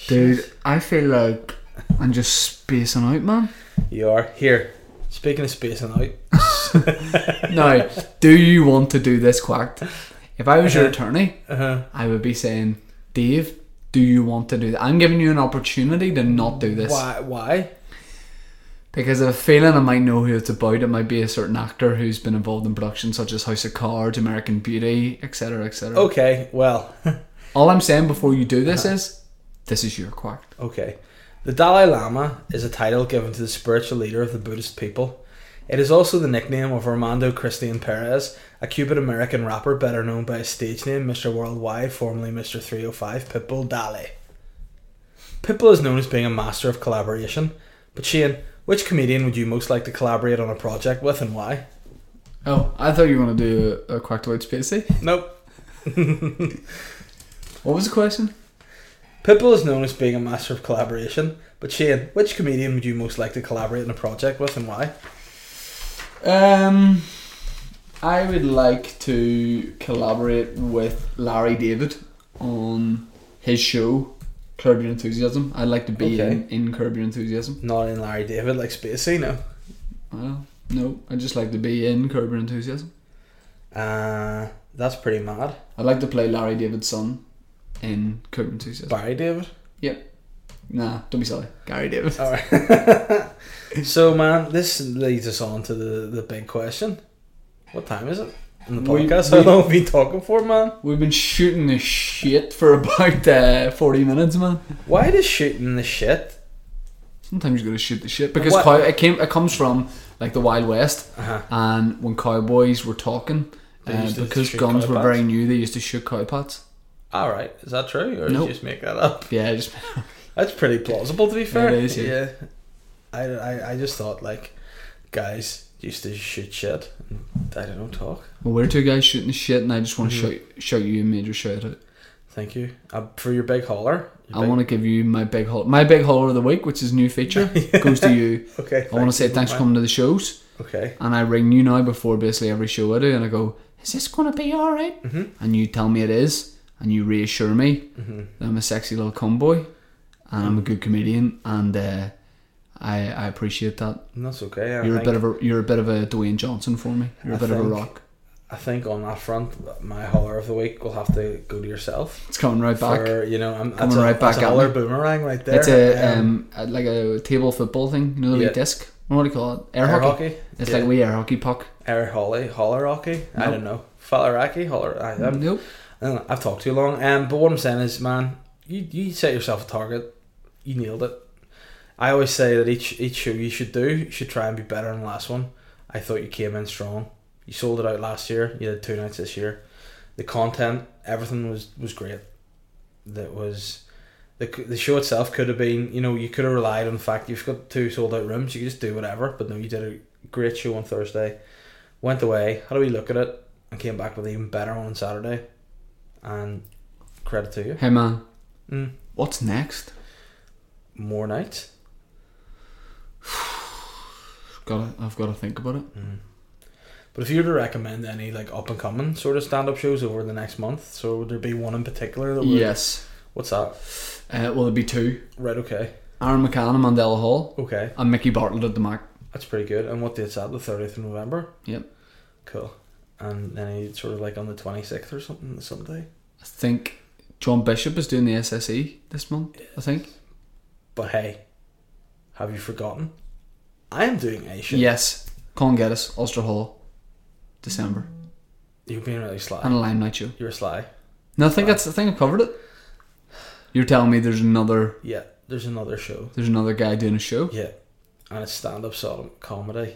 Speaker 2: Dude, I feel like I'm just spacing out, man.
Speaker 3: You are. Here. Speaking of spacing out,
Speaker 2: Now, do you want to do this quacked? If I was your
Speaker 3: Uh-huh.
Speaker 2: attorney,
Speaker 3: uh,
Speaker 2: I would be saying, Dave, do you want to do that? I'm giving you an opportunity to not do this.
Speaker 3: why? Why?
Speaker 2: Because I have a feeling I might know who it's about. It might be a certain actor who's been involved in productions such as House of Cards, American Beauty, etc. etc.
Speaker 3: Okay, well,
Speaker 2: All I'm saying before you do this is, this is your quacked.
Speaker 3: Okay. The Dalai Lama is a title given to the spiritual leader of the Buddhist people. It is also the nickname of Armando Christian Perez, a Cuban American rapper better known by his stage name Mr. Worldwide, formerly Mr. 305, Pitbull Dali. Pitbull is known as being a master of collaboration, but Shane, which comedian would you most like to collaborate on a project with and why?
Speaker 2: Oh, I thought you were going to do a, a quacked about Spacey.
Speaker 3: Nope.
Speaker 2: What was the question?
Speaker 3: Pitbull is known as being a master of collaboration, but Shane, which comedian would you most like to collaborate on a project with and why?
Speaker 2: Um, I would like to collaborate with Larry David on his show, Curb Your Enthusiasm. I'd like to be
Speaker 3: Okay.
Speaker 2: in, in Curb Your Enthusiasm.
Speaker 3: Not in Larry David like Spacey, no.
Speaker 2: Well, no, I'd just like to be in Curb Your Enthusiasm.
Speaker 3: Uh, that's pretty mad.
Speaker 2: I'd like to play Larry David's son in Curb Your Enthusiasm.
Speaker 3: Barry David.
Speaker 2: Yep. Nah, don't be silly. Gary Davis.
Speaker 3: All right. so, man, this leads us on to the, the big question. What time is it? In the
Speaker 2: We-
Speaker 3: podcast?
Speaker 2: we-
Speaker 3: How long have we been talking for, man?
Speaker 2: We've been shooting the shit for about uh, 40 minutes, man.
Speaker 3: Why does shooting the shit?
Speaker 2: Sometimes you gotta shoot the shit because
Speaker 3: What-
Speaker 2: cow- it came. It comes from like the Wild West,
Speaker 3: Uh-huh.
Speaker 2: and when cowboys were talking,
Speaker 3: They
Speaker 2: uh,
Speaker 3: used to
Speaker 2: because
Speaker 3: shoot
Speaker 2: guns were
Speaker 3: cowpats?
Speaker 2: very new, they used to shoot cowpats.
Speaker 3: All right, is that true, or did
Speaker 2: Nope.
Speaker 3: you just make that up?
Speaker 2: Yeah, just
Speaker 3: That's pretty plausible, to be fair.
Speaker 2: it is, yeah.
Speaker 3: I, I, I just thought like guys used to shoot shit. And I don't know talk.
Speaker 2: well, we're two guys shooting the shit, and I just want to
Speaker 3: Mm-hmm.
Speaker 2: shout shout you a major shout out.
Speaker 3: Thank you uh, for your big holler.
Speaker 2: I want to give you my big haul, my big haul of the week, which is a new feature, goes to you.
Speaker 3: to. Okay.
Speaker 2: I want to say
Speaker 3: you.
Speaker 2: thanks for coming to the shows,
Speaker 3: Okay.
Speaker 2: and I ring you now before basically every show I do, and I go, "Is this gonna be all right?"
Speaker 3: Mm-hmm.
Speaker 2: And you tell me it is, and you reassure me that I'm a sexy little cowboy, and I'm a good comedian, and uh, I I appreciate that.
Speaker 3: And that's okay. I
Speaker 2: You're a
Speaker 3: think,
Speaker 2: bit of a you're a bit of a Dwayne Johnson for me. You're a
Speaker 3: I
Speaker 2: bit of a
Speaker 3: think-
Speaker 2: rock.
Speaker 3: I think on that front, my holler of the week will have to go to yourself.
Speaker 2: It's coming right back.
Speaker 3: For, you know, I'm
Speaker 2: Coming
Speaker 3: that's a,
Speaker 2: right back
Speaker 3: that's a
Speaker 2: at
Speaker 3: holler
Speaker 2: me.
Speaker 3: boomerang right there.
Speaker 2: it's a um, like a table football thing, you know, the wee
Speaker 3: Yeah.
Speaker 2: disc. What do you call it? Air,
Speaker 3: air
Speaker 2: hockey.
Speaker 3: hockey.
Speaker 2: It's
Speaker 3: Yeah.
Speaker 2: like we air hockey puck.
Speaker 3: air holly holler hockey. I
Speaker 2: Nope.
Speaker 3: don't know. Falleraki holler. I, I'm,
Speaker 2: nope.
Speaker 3: I don't know, I've talked too long. Um, but what I'm saying is, man, you, you set yourself a target. You nailed it. I always say that each each show you should do, you should try and be better than the last one. I thought you came in strong. You sold it out last year. You did two nights this year. The content, everything was was great. That was the the show itself could have been. You know, you could have relied on the fact you've got two sold out rooms. You could just do whatever. But no, you did a great show on Thursday. Went away. How do we look at it? And came back with an even better one on Saturday and credit to you.
Speaker 2: Hey man,
Speaker 3: Mm.
Speaker 2: what's next?
Speaker 3: More nights.
Speaker 2: Got I've got to think about it.
Speaker 3: Hmm. But if you were to recommend any like up and coming sort of stand up shows over the next month, so would there be one in particular that would
Speaker 2: Yes.
Speaker 3: what's that?
Speaker 2: Uh, well, it'd be two:
Speaker 3: Right, okay.
Speaker 2: Aaron McCann and Mandela Hall,
Speaker 3: Okay.
Speaker 2: and Mickey Bartlett at the Mac.
Speaker 3: That's pretty good. And what date's that? The thirtieth of November?
Speaker 2: Yep.
Speaker 3: Cool. And any sort of like on the twenty sixth or something someday.
Speaker 2: I think John Bishop is doing the SSE this month. I think.
Speaker 3: But hey, have you forgotten? I am doing a show.
Speaker 2: Yes. Colin Geddes, Ulster Hall, December,
Speaker 3: Mm. You're being really sly.
Speaker 2: and a limelight show.
Speaker 3: You're sly.
Speaker 2: No, I think that's I think I covered it. You're telling me there's another
Speaker 3: Yeah. There's another show.
Speaker 2: there's another guy doing a show.
Speaker 3: Yeah. And it's stand up sort of comedy.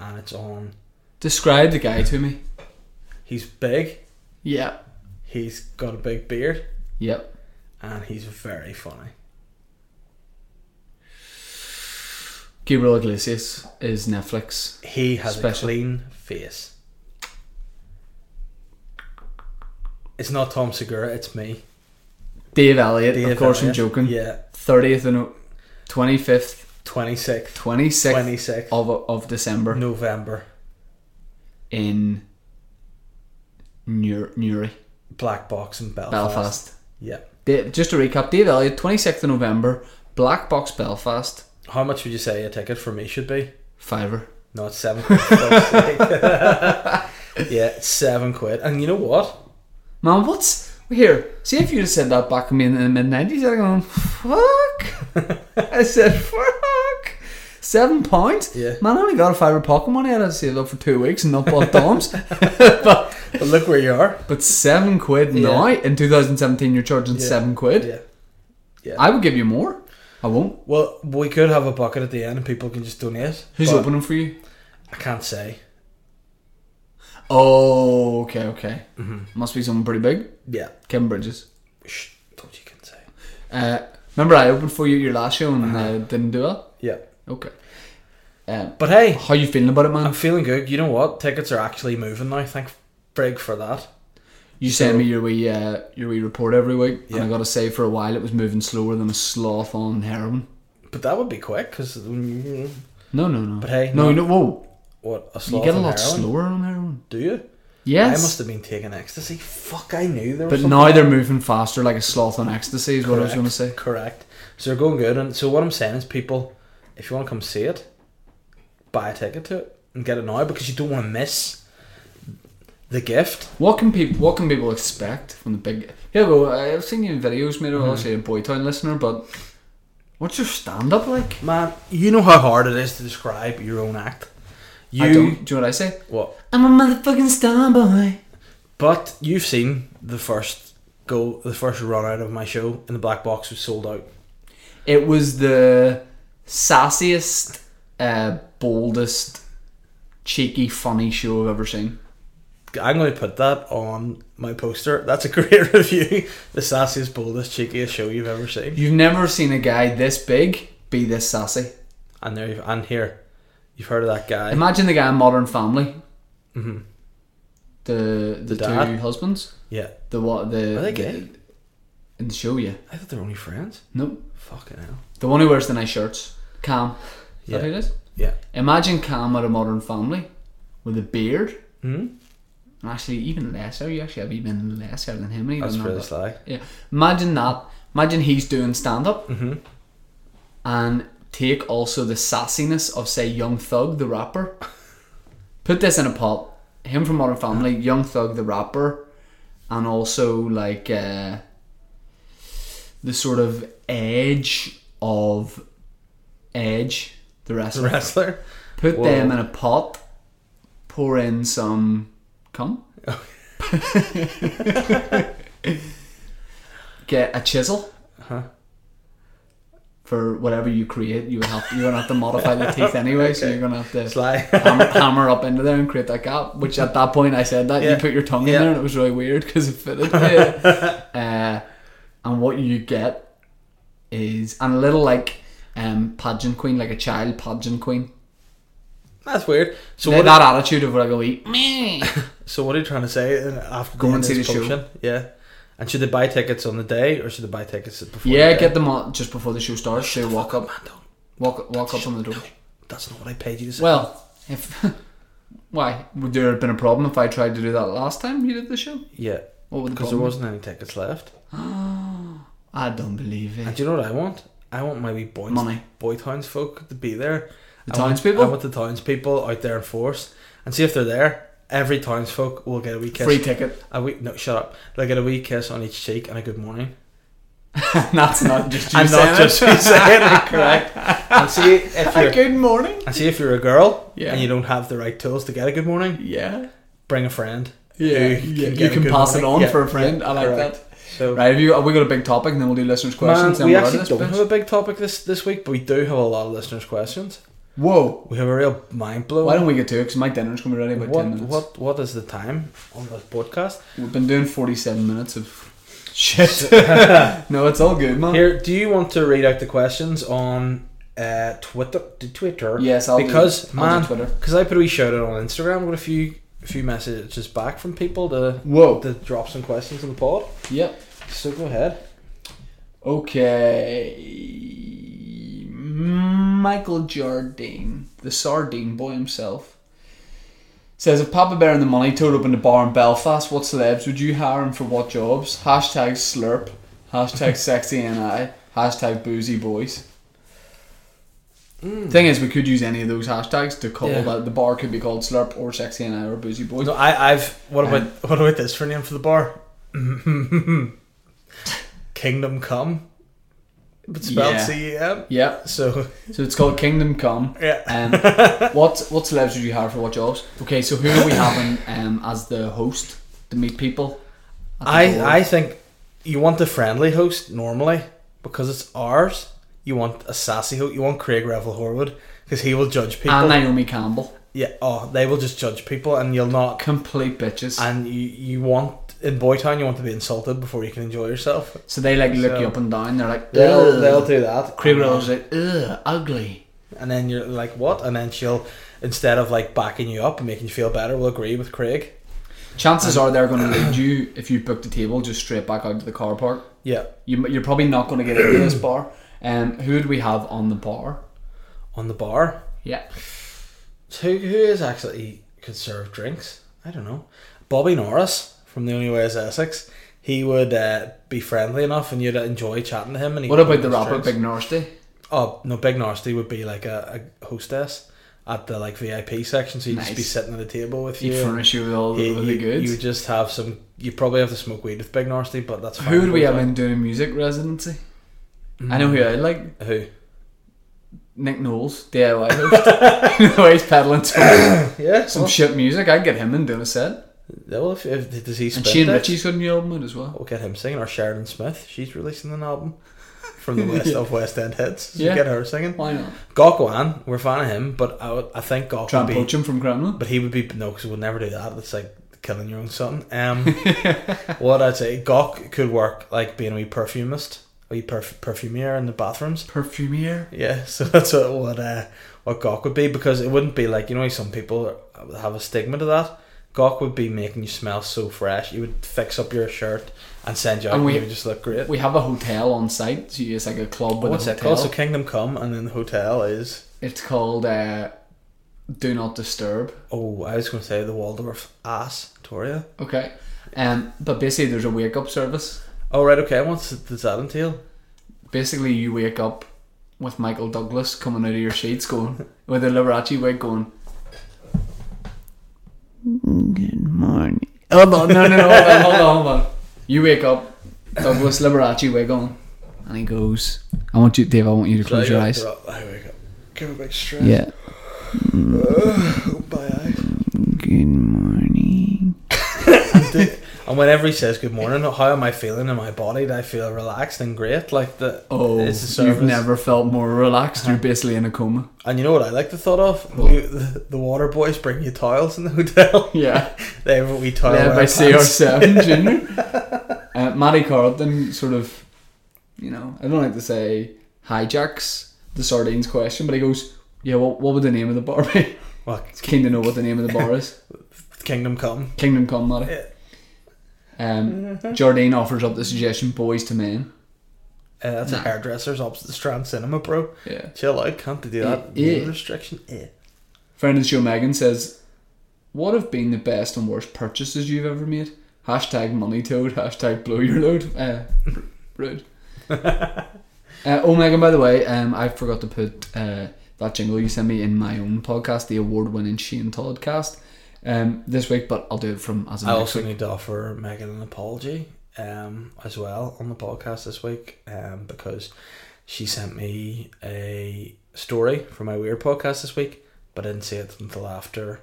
Speaker 3: And it's on
Speaker 2: Describe the guy to me.
Speaker 3: he's big.
Speaker 2: Yeah.
Speaker 3: He's got a big beard
Speaker 2: Yep.
Speaker 3: and he's very funny.
Speaker 2: Gabriel Iglesias is Netflix.
Speaker 3: He has
Speaker 2: Special.
Speaker 3: a clean face. It's not Tom Segura, it's me.
Speaker 2: Dave Elliott,
Speaker 3: Dave
Speaker 2: of course,
Speaker 3: Elliott.
Speaker 2: I'm joking.
Speaker 3: Yeah,
Speaker 2: 30th and 25th,
Speaker 3: 26th,
Speaker 2: 26th
Speaker 3: 26th
Speaker 2: of, of December
Speaker 3: November,
Speaker 2: in Newry, Newry
Speaker 3: Black Box in Belfast.
Speaker 2: Belfast.
Speaker 3: Yeah.
Speaker 2: Da- just to recap, Dave Elliott, 26th of November, Black Box Belfast,
Speaker 3: How much would you say a ticket for me should be?
Speaker 2: Fiverr.
Speaker 3: No, it's seven quid. for fuck's sake. yeah, it's seven quid. And you know what?
Speaker 2: Man, what's. Here, see if you'd have said that back in the- in the mid 90s, I'd have gone, fuck. I said, fuck. Seven pounds?
Speaker 3: Yeah.
Speaker 2: Man, I only got a fiver pocket money. I had to save up for two weeks and not bought Dom's.
Speaker 3: But look where you are.
Speaker 2: But seven quid
Speaker 3: Yeah.
Speaker 2: now in 2017, you're charging
Speaker 3: Yeah.
Speaker 2: seven quid.
Speaker 3: Yeah.
Speaker 2: I would give you more. I won't.
Speaker 3: Well, we could have a bucket at the end and people can just donate.
Speaker 2: Who's
Speaker 3: but
Speaker 2: opening for you?
Speaker 3: I can't say.
Speaker 2: Oh, okay, okay.
Speaker 3: Mm-hmm.
Speaker 2: Must be someone pretty big.
Speaker 3: Yeah.
Speaker 2: Kevin Bridges.
Speaker 3: Shh, don't you can say.
Speaker 2: Uh, remember, I opened for you at your last show and
Speaker 3: Uh-huh.
Speaker 2: uh, didn't do it.
Speaker 3: Yeah.
Speaker 2: Okay. Um,
Speaker 3: But hey,
Speaker 2: how you feeling about it, man?
Speaker 3: I'm feeling good. You know what? Tickets are actually moving now. Thank Brig for that.
Speaker 2: you send me your wee uh, your wee report every week, and
Speaker 3: Yeah.
Speaker 2: I got to say, for a while, it was moving slower than a sloth on heroin.
Speaker 3: But that would be quick because what
Speaker 2: No, no, no.
Speaker 3: But hey,
Speaker 2: no,
Speaker 3: no.
Speaker 2: no, whoa,
Speaker 3: a
Speaker 2: you
Speaker 3: sloth
Speaker 2: get a
Speaker 3: on
Speaker 2: lot
Speaker 3: heroin.
Speaker 2: slower on heroin.
Speaker 3: Do you?
Speaker 2: Yes,
Speaker 3: I must have been taking ecstasy. Fuck, I knew there was.
Speaker 2: But
Speaker 3: something
Speaker 2: now they're
Speaker 3: wrong.
Speaker 2: moving faster, like a sloth on ecstasy, is what I was going to say.
Speaker 3: Correct. So they're going good, and so what I'm saying is, people, if you want to come see it, buy a ticket to it and get it now because you don't want to miss the gift.
Speaker 2: What can people What can people uh, expect from the big? Yeah, well, I've seen you in videos, made of obviously a Boytown listener, but What's your stand up like?
Speaker 3: Man, you know how hard it is to describe your own act. You
Speaker 2: I don't. Do you know what I say?
Speaker 3: what?
Speaker 2: I'm a motherfucking star boy.
Speaker 3: But you've seen the first go, the first run out of my show in the black box was sold out.
Speaker 2: It was the sassiest, uh, boldest, cheeky, funny show I've ever seen.
Speaker 3: I'm going to put that on my poster. That's a great review. The sassiest, boldest, cheekiest show you've ever seen.
Speaker 2: You've never seen a guy this big be this sassy.
Speaker 3: And there, you've, and here, you've heard of that guy.
Speaker 2: Imagine the guy in Modern Family. Mm-hmm. The the,
Speaker 3: dad?
Speaker 2: two husbands.
Speaker 3: Yeah,
Speaker 2: The what? The
Speaker 3: are they gay?
Speaker 2: the- in the show, yeah.
Speaker 3: I thought they were only friends.
Speaker 2: No,
Speaker 3: Fucking hell.
Speaker 2: the one who wears the nice shirts. Cam. Is
Speaker 3: Yeah.
Speaker 2: that who it is?
Speaker 3: Yeah.
Speaker 2: Imagine Cam at a Modern Family with a beard.
Speaker 3: Hmm.
Speaker 2: And Actually, even less hair. You actually have even less hair than him. and he
Speaker 3: That's
Speaker 2: doesn't have
Speaker 3: really
Speaker 2: that.
Speaker 3: sly.
Speaker 2: Yeah. Imagine that. Imagine he's doing stand up. And take also the sassiness of, say, Young Thug, the rapper. Put this in a pot. Him from Modern Family, Young Thug, the rapper. And also, like, uh, the sort of edge of Edge, the wrestler.
Speaker 3: Wrestler.
Speaker 2: Put
Speaker 3: Whoa.
Speaker 2: them in a pot. Pour in some cum. Get a chisel. For whatever you create, you would have you're gonna have to modify the teeth anyway, so you're gonna have to
Speaker 3: Sly.
Speaker 2: hammer, hammer up into there and create that gap. Which at that point I said that
Speaker 3: Yeah.
Speaker 2: you put your tongue
Speaker 3: Yeah.
Speaker 2: in there and it was really weird because it fitted. uh, and what you get is and a little like um, pageant queen, like a child pageant queen.
Speaker 3: That's weird. So
Speaker 2: Th-
Speaker 3: what?
Speaker 2: that attitude of what I go eat. Me.
Speaker 3: so what are you trying to say in- after
Speaker 2: Go
Speaker 3: the
Speaker 2: and
Speaker 3: end of
Speaker 2: see
Speaker 3: this
Speaker 2: the show.
Speaker 3: function? Yeah. And should they buy tickets on the day or should they buy tickets before?
Speaker 2: yeah,
Speaker 3: the day?
Speaker 2: get them on just before the show starts. They walk up,
Speaker 3: Man, don't.
Speaker 2: walk walk up on the door.
Speaker 3: That's not what I paid you to say.
Speaker 2: Well, if why would there have been a problem if I tried to do that last time you did the show?
Speaker 3: yeah,
Speaker 2: What would the
Speaker 3: because
Speaker 2: problem?
Speaker 3: there
Speaker 2: be?
Speaker 3: wasn't any tickets left.
Speaker 2: I don't believe
Speaker 3: And
Speaker 2: it.
Speaker 3: do you know what I want? I want my wee boys,
Speaker 2: Money.
Speaker 3: boy townsfolk to be there.
Speaker 2: The
Speaker 3: I want-
Speaker 2: townspeople?
Speaker 3: I want the townspeople out there in force and see if they're there. Every townsfolk will get a wee kiss.
Speaker 2: Free ticket.
Speaker 3: A wee no, shut up. They'll get a wee kiss on each cheek and a good morning.
Speaker 2: That's not just you
Speaker 3: and
Speaker 2: saying
Speaker 3: not just
Speaker 2: it.
Speaker 3: me saying it, correct? And see if
Speaker 2: A
Speaker 3: you're
Speaker 2: good morning.
Speaker 3: and see if you're a girl
Speaker 2: Yeah.
Speaker 3: and you don't have the right tools to get a good morning.
Speaker 2: Yeah.
Speaker 3: Bring a friend.
Speaker 2: Yeah,
Speaker 3: who
Speaker 2: you,
Speaker 3: get
Speaker 2: you
Speaker 3: a
Speaker 2: can
Speaker 3: good
Speaker 2: pass it
Speaker 3: morning.
Speaker 2: on
Speaker 3: Yeah,
Speaker 2: for a friend. I like
Speaker 3: correct.
Speaker 2: that.
Speaker 3: So
Speaker 2: Right, have you? Have we got a big topic, and then we'll do listeners'
Speaker 3: man,
Speaker 2: questions.
Speaker 3: we
Speaker 2: then we'll
Speaker 3: actually
Speaker 2: out of
Speaker 3: don't
Speaker 2: this
Speaker 3: have a big topic this this week, but we do have a lot of listeners' questions.
Speaker 2: bitch. Whoa!
Speaker 3: We have a real mind blowing.
Speaker 2: Why don't we get to it? Because my dinner's gonna be ready in about
Speaker 3: what,
Speaker 2: ten minutes.
Speaker 3: what what is the time on this podcast?
Speaker 2: We've been doing 47 minutes of shit. no, it's all good, man.
Speaker 3: Here, do you want to read out the questions on uh, Twitter? d- Twitter,
Speaker 2: Yes, I'll do-
Speaker 3: because
Speaker 2: I'll do
Speaker 3: man,
Speaker 2: Twitter.
Speaker 3: because I put a wee shout out on Instagram with a few a few messages back from people to
Speaker 2: Whoa.
Speaker 3: to drop some questions in the pod.
Speaker 2: Yep.
Speaker 3: So go ahead.
Speaker 2: Okay. Michael Jardine, the sardine boy himself, says if Papa Bear and the Money Toad opened a bar in Belfast, what celebs would you hire and for what jobs? Hashtag slurp. Hashtag sexy and I. Hashtag boozy boys. Thing is, we could use any of those hashtags to call
Speaker 3: Yeah.
Speaker 2: that. The bar could be called Slurp or Sexy and I or Boozy Boys.
Speaker 3: No, I, I've. What
Speaker 2: Um,
Speaker 3: about what about this for name for the bar? Kingdom Come, but spelled
Speaker 2: Yeah.
Speaker 3: C E M.
Speaker 2: Yep.
Speaker 3: So
Speaker 2: So it's called Kingdom Come.
Speaker 3: Yeah.
Speaker 2: Um, what what celebs would you hire for what jobs? Okay, so who are we having um, as the host to meet people? at the door?
Speaker 3: I I think you want the friendly host normally because it's ours. You want a sassy host. You want Craig Revel Horwood because he will judge people.
Speaker 2: and Naomi Campbell,
Speaker 3: yeah. Oh, they will just judge people, and you'll not.
Speaker 2: complete bitches.
Speaker 3: And you you want in Boytown, you want to be insulted before you can enjoy yourself.
Speaker 2: so they like look
Speaker 3: So-
Speaker 2: you up and down. They're like,
Speaker 3: They'll
Speaker 2: "Ugh."
Speaker 3: they'll do that.
Speaker 2: Craig Rose like, ugh, ugly.
Speaker 3: And then you're like, what? And then she'll instead of like backing you up and making you feel better, will agree with Craig.
Speaker 2: Chances are they're going to lead you if you book the table just straight back out to the car park.
Speaker 3: Yeah.
Speaker 2: You, you're probably not going to get into this bar. Um, who would we have on the bar?
Speaker 3: On the bar.
Speaker 2: Yeah,
Speaker 3: So who who is actually could serve drinks? I don't know. Bobby Norris from The Only Way Is Essex. He would uh, be friendly enough, and you'd enjoy chatting to him. And he
Speaker 2: What
Speaker 3: could
Speaker 2: about the
Speaker 3: bring us
Speaker 2: rapper
Speaker 3: drinks.
Speaker 2: Big Nasty?
Speaker 3: Oh no, Big Nasty would be like a, a hostess at the like VIP section, so you'd just be
Speaker 2: Nice.
Speaker 3: sitting at a table with
Speaker 2: He'd
Speaker 3: you.
Speaker 2: furnish you with all the,
Speaker 3: You-
Speaker 2: with the
Speaker 3: you-
Speaker 2: goods.
Speaker 3: You would just have some. You probably have to smoke weed with Big Nasty, but that's fine.
Speaker 2: Who would we have
Speaker 3: Boytown.
Speaker 2: in doing a music residency? I know who
Speaker 3: Mm.
Speaker 2: I like.
Speaker 3: Who?
Speaker 2: Nick Knowles, DIY host. you know, he's peddling some,
Speaker 3: Yeah.
Speaker 2: some shit music. I'd get him in doing a set.
Speaker 3: well, if, if, does he
Speaker 2: And
Speaker 3: spin
Speaker 2: Shane
Speaker 3: decks?
Speaker 2: Ritchie's got a new album out as well.
Speaker 3: We'll get him singing. Or Sheridan Smith. She's releasing an album from the West of West End hits. So
Speaker 2: Yeah.
Speaker 3: Get her singing.
Speaker 2: Why not?
Speaker 3: Gokwan, we're a fan of him, but I, would- I think Gok
Speaker 2: Try
Speaker 3: would
Speaker 2: and
Speaker 3: be.
Speaker 2: poach him from Kremlin.
Speaker 3: But he would be no, because we'll never do that. That's like killing your own son. Um, what I'd say, Gok could work like being a wee perfumist, a wee perf- perfumier in the bathrooms.
Speaker 2: Perfumier.
Speaker 3: Yeah, so that's what what, uh, what Gawk would be because it wouldn't be like you know some people have a stigma to that. Gawk would be making you smell so fresh. He would fix up your shirt and send you out,
Speaker 2: And
Speaker 3: and,
Speaker 2: we-
Speaker 3: you would just look great.
Speaker 2: We have a hotel on site, so it's like a club with
Speaker 3: What's
Speaker 2: a
Speaker 3: it
Speaker 2: hotel.
Speaker 3: called? So Kingdom Come, and then the hotel is
Speaker 2: It's called uh, Do Not Disturb.
Speaker 3: oh, I was going to say the Waldorf Ass Toria.
Speaker 2: Okay. Um, but basically, there's a wake up service.
Speaker 3: Oh right, okay. What's does that entail?
Speaker 2: Basically, you wake up with Michael Douglas coming out of your sheets, going with a Liberace wig, going. Good morning. Hold on, no, no, no, hold on, hold on, hold on. You wake up, Douglas Liberace wig on, and he goes, "I want you, Dave. I want you to close your eyes."
Speaker 3: Here we Give a big stretch.
Speaker 2: Yeah.
Speaker 3: Bye, eyes.
Speaker 2: Good morning.
Speaker 3: And whenever he says good morning, how am I feeling in my body? Do I feel relaxed and great? Like the
Speaker 2: Oh,
Speaker 3: it's a
Speaker 2: you've
Speaker 3: service.
Speaker 2: never felt more relaxed. You're basically in a coma.
Speaker 3: And you know what I like the thought of? You- the, the water boys bring you towels in the hotel.
Speaker 2: Yeah.
Speaker 3: they have a wee towel.
Speaker 2: Led
Speaker 3: wear
Speaker 2: by
Speaker 3: pants.
Speaker 2: CR7 Junior. Uh, Matty Carlton sort of, you know, I don't like to say hijacks the sardines question, but he goes, "Yeah, what, what would the name of the bar be?"
Speaker 3: Well,
Speaker 2: It's keen to know what the name of the bar is.
Speaker 3: Kingdom Come.
Speaker 2: Kingdom Come, Matty. Um, Jardine offers up the suggestion, boys to men.
Speaker 3: Uh, that's a hairdresser's opposite the Strand Cinema, bro.
Speaker 2: Yeah.
Speaker 3: Chill out, can't do that.
Speaker 2: Eh, eh.
Speaker 3: No restriction. Eh.
Speaker 2: Friend of the show, Megan says, "What have been the best and worst purchases you've ever made?" Hashtag money toad. Hashtag blow your load. Uh, r- rude. uh, oh, Megan, by the way, um, I forgot to put uh, that jingle you sent me in my own podcast, the award-winning Shane Todd cast, um, this week. But I'll do it from as of
Speaker 3: I
Speaker 2: next
Speaker 3: also
Speaker 2: week.
Speaker 3: need to offer Megan an apology um, as well on the podcast this week um, because she sent me a story for my weird podcast this week, but I didn't see it until after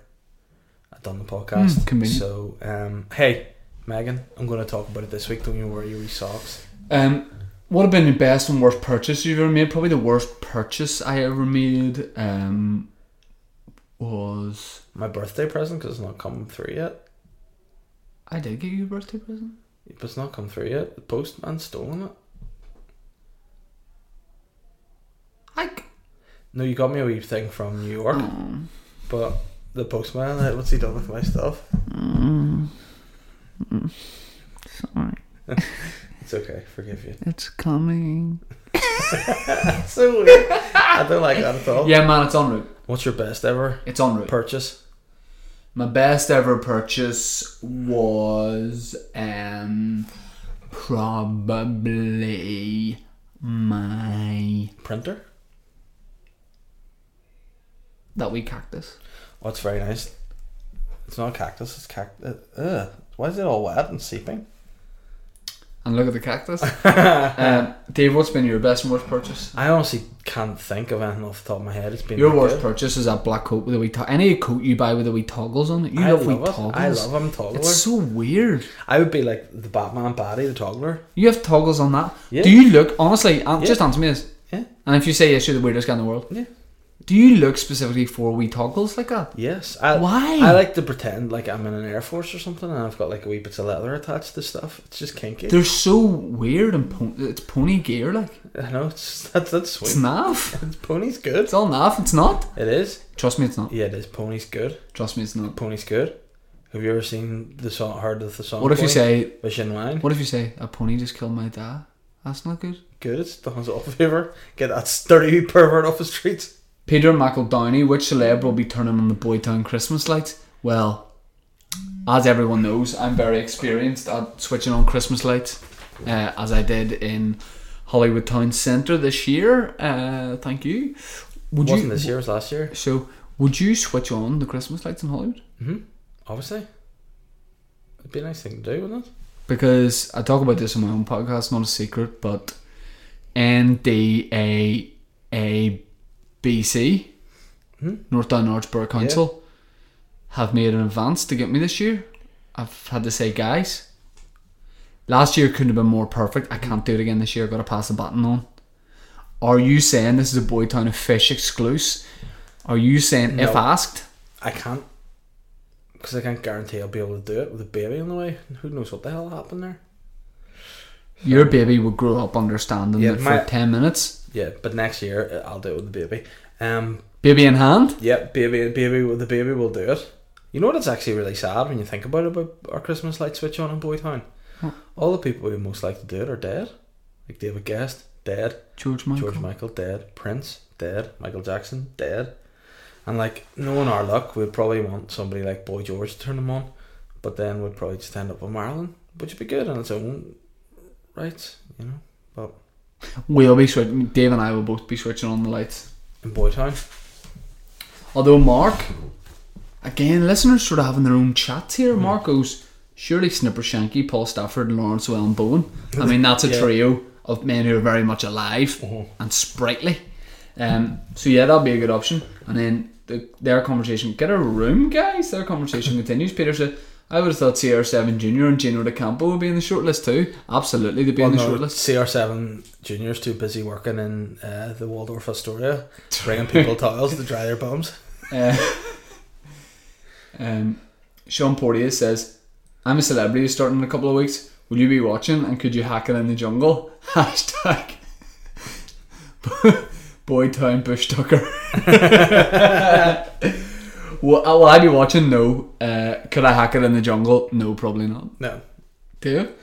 Speaker 3: I'd done the podcast.
Speaker 2: Hmm, convenient.
Speaker 3: So, um, hey, Megan, I'm going to talk about it this week. Don't you worry, your wee socks.
Speaker 2: Um, what have been the best and worst purchase you've ever made? Probably the worst purchase I ever made um, was
Speaker 3: My birthday present because it's not come through yet.
Speaker 2: I did get you a birthday present.
Speaker 3: But it's not come through yet. The postman's stolen it.
Speaker 2: I
Speaker 3: No, you got me a wee thing from New York, but the postman, uh, what's he done with my stuff?
Speaker 2: sorry.
Speaker 3: It's okay, forgive you.
Speaker 2: It's coming.
Speaker 3: so weird. I don't like that at all.
Speaker 2: Yeah, man, it's en route.
Speaker 3: What's your best ever
Speaker 2: It's en route.
Speaker 3: purchase?
Speaker 2: My best ever purchase was um probably my
Speaker 3: Printer?
Speaker 2: that wee cactus.
Speaker 3: Oh, it's very nice. It's not a cactus, it's cactus. Ugh. Why is it all wet and seeping?
Speaker 2: And look at the cactus. um, Dave, what's been your best and worst purchase?
Speaker 3: I honestly can't think of anything off the top of my head. It's been
Speaker 2: Your
Speaker 3: that
Speaker 2: worst
Speaker 3: good.
Speaker 2: purchase is that black coat with a wee to- any coat you buy with a wee toggles on it. You
Speaker 3: I
Speaker 2: love, wee
Speaker 3: love it.
Speaker 2: toggles.
Speaker 3: I love them toggler.
Speaker 2: It's so weird.
Speaker 3: I would be like the Batman baddie, the toggler.
Speaker 2: You have toggles on that.
Speaker 3: Yeah.
Speaker 2: Do you look honestly? an-
Speaker 3: Yeah.
Speaker 2: Just answer me this.
Speaker 3: Yeah.
Speaker 2: And if you say yes, you're the weirdest guy in the world.
Speaker 3: Yeah.
Speaker 2: Do you look specifically for wee toggles like that?
Speaker 3: Yes. I,
Speaker 2: Why?
Speaker 3: I like to pretend like I'm in an air force or something, and I've got like a wee bits of leather attached to stuff. It's just kinky.
Speaker 2: They're so weird and pon- it's pony gear like
Speaker 3: I know. It's that's that's
Speaker 2: it's
Speaker 3: sweet.
Speaker 2: naff.
Speaker 3: Pony's good.
Speaker 2: It's all naff. It's not.
Speaker 3: It is.
Speaker 2: Trust me, it's not.
Speaker 3: Yeah, it is. Pony's good.
Speaker 2: Trust me, it's not.
Speaker 3: Pony's good. Have you ever seen the song? Heard of the song?
Speaker 2: What if you
Speaker 3: Pony?
Speaker 2: say?
Speaker 3: Wish in Line?
Speaker 2: What if you say a pony just killed my dad? That's not good.
Speaker 3: Good. It's the Hans Oliver. Get that sturdy pervert off the streets.
Speaker 2: Peter McEldowney, which celeb will be turning on the Boytown Christmas lights? Well, as everyone knows, I'm very experienced at switching on Christmas lights, uh, as I did in Hollywood Town Centre this year. Uh, thank you. Would
Speaker 3: Wasn't
Speaker 2: you,
Speaker 3: this year? It was last year.
Speaker 2: So, would you switch on the Christmas lights in Hollywood?
Speaker 3: Obviously. It'd be a nice thing to do, wouldn't it?
Speaker 2: Because I talk about this on my own podcast, not a secret, but N D A A B C,
Speaker 3: Hmm?
Speaker 2: North Down Norwich Borough Council, have made an advance to get me this year. I've had to say, guys, last year couldn't have been more perfect. I can't do it again this year. I've got to pass the baton on. Are you saying this is a Boytown of Fish exclusive? Are you saying, if
Speaker 3: No.
Speaker 2: asked,
Speaker 3: I can't because I can't guarantee I'll be able to do it with a baby on the way. Who knows what the hell happened there?
Speaker 2: your baby would grow up understanding
Speaker 3: Yeah,
Speaker 2: that
Speaker 3: my-
Speaker 2: for 10 minutes?
Speaker 3: Yeah, but next year uh, I'll do it with the baby. Um,
Speaker 2: Baby in hand?
Speaker 3: yeah, baby, baby, the baby will do it. You know what? It's actually really sad when you think about it. About our Christmas light switch on in Boytown, all the people we most like to do it are dead. Like David Guest, dead.
Speaker 2: George Michael.
Speaker 3: George Michael dead, Prince dead, Michael Jackson dead, and like knowing our luck, we'd probably want somebody like Boy George to turn them on, but then we'd probably just end up with Marilyn, which would be good on its own, right? You know, but
Speaker 2: We'll be switching. Dave and I will both be switching on the lights.
Speaker 3: in Boytown,
Speaker 2: Although Mark, again, listeners sort of having their own chats here.
Speaker 3: Mm.
Speaker 2: Mark goes, surely Snipper Shanky, Paul Stafford, and Lawrence Well and Bowen. I mean, that's a
Speaker 3: Yeah. Uh-huh.
Speaker 2: trio of men who are very much alive and sprightly. Um, so yeah, that'll be a good option. And then the, their conversation, get a room, guys. Their conversation continues. Peter said. I would have thought CR7 Junior and Gino De Campo would be in the shortlist too. Absolutely, they'd be in the
Speaker 3: Well, Oh, no,
Speaker 2: shortlist.
Speaker 3: CR7 Junior's too busy working in uh, the Waldorf Astoria, bringing people tiles to dry their bums.
Speaker 2: Uh, um, Sean Porteous says, I'm a celebrity starting in a couple of weeks. Will you be watching and could you hack it in the jungle? Hashtag Boytown Bush Tucker. well, uh, will I be watching? No. Uh, could I hack it in the jungle? No, probably not.
Speaker 3: No,
Speaker 2: Do you?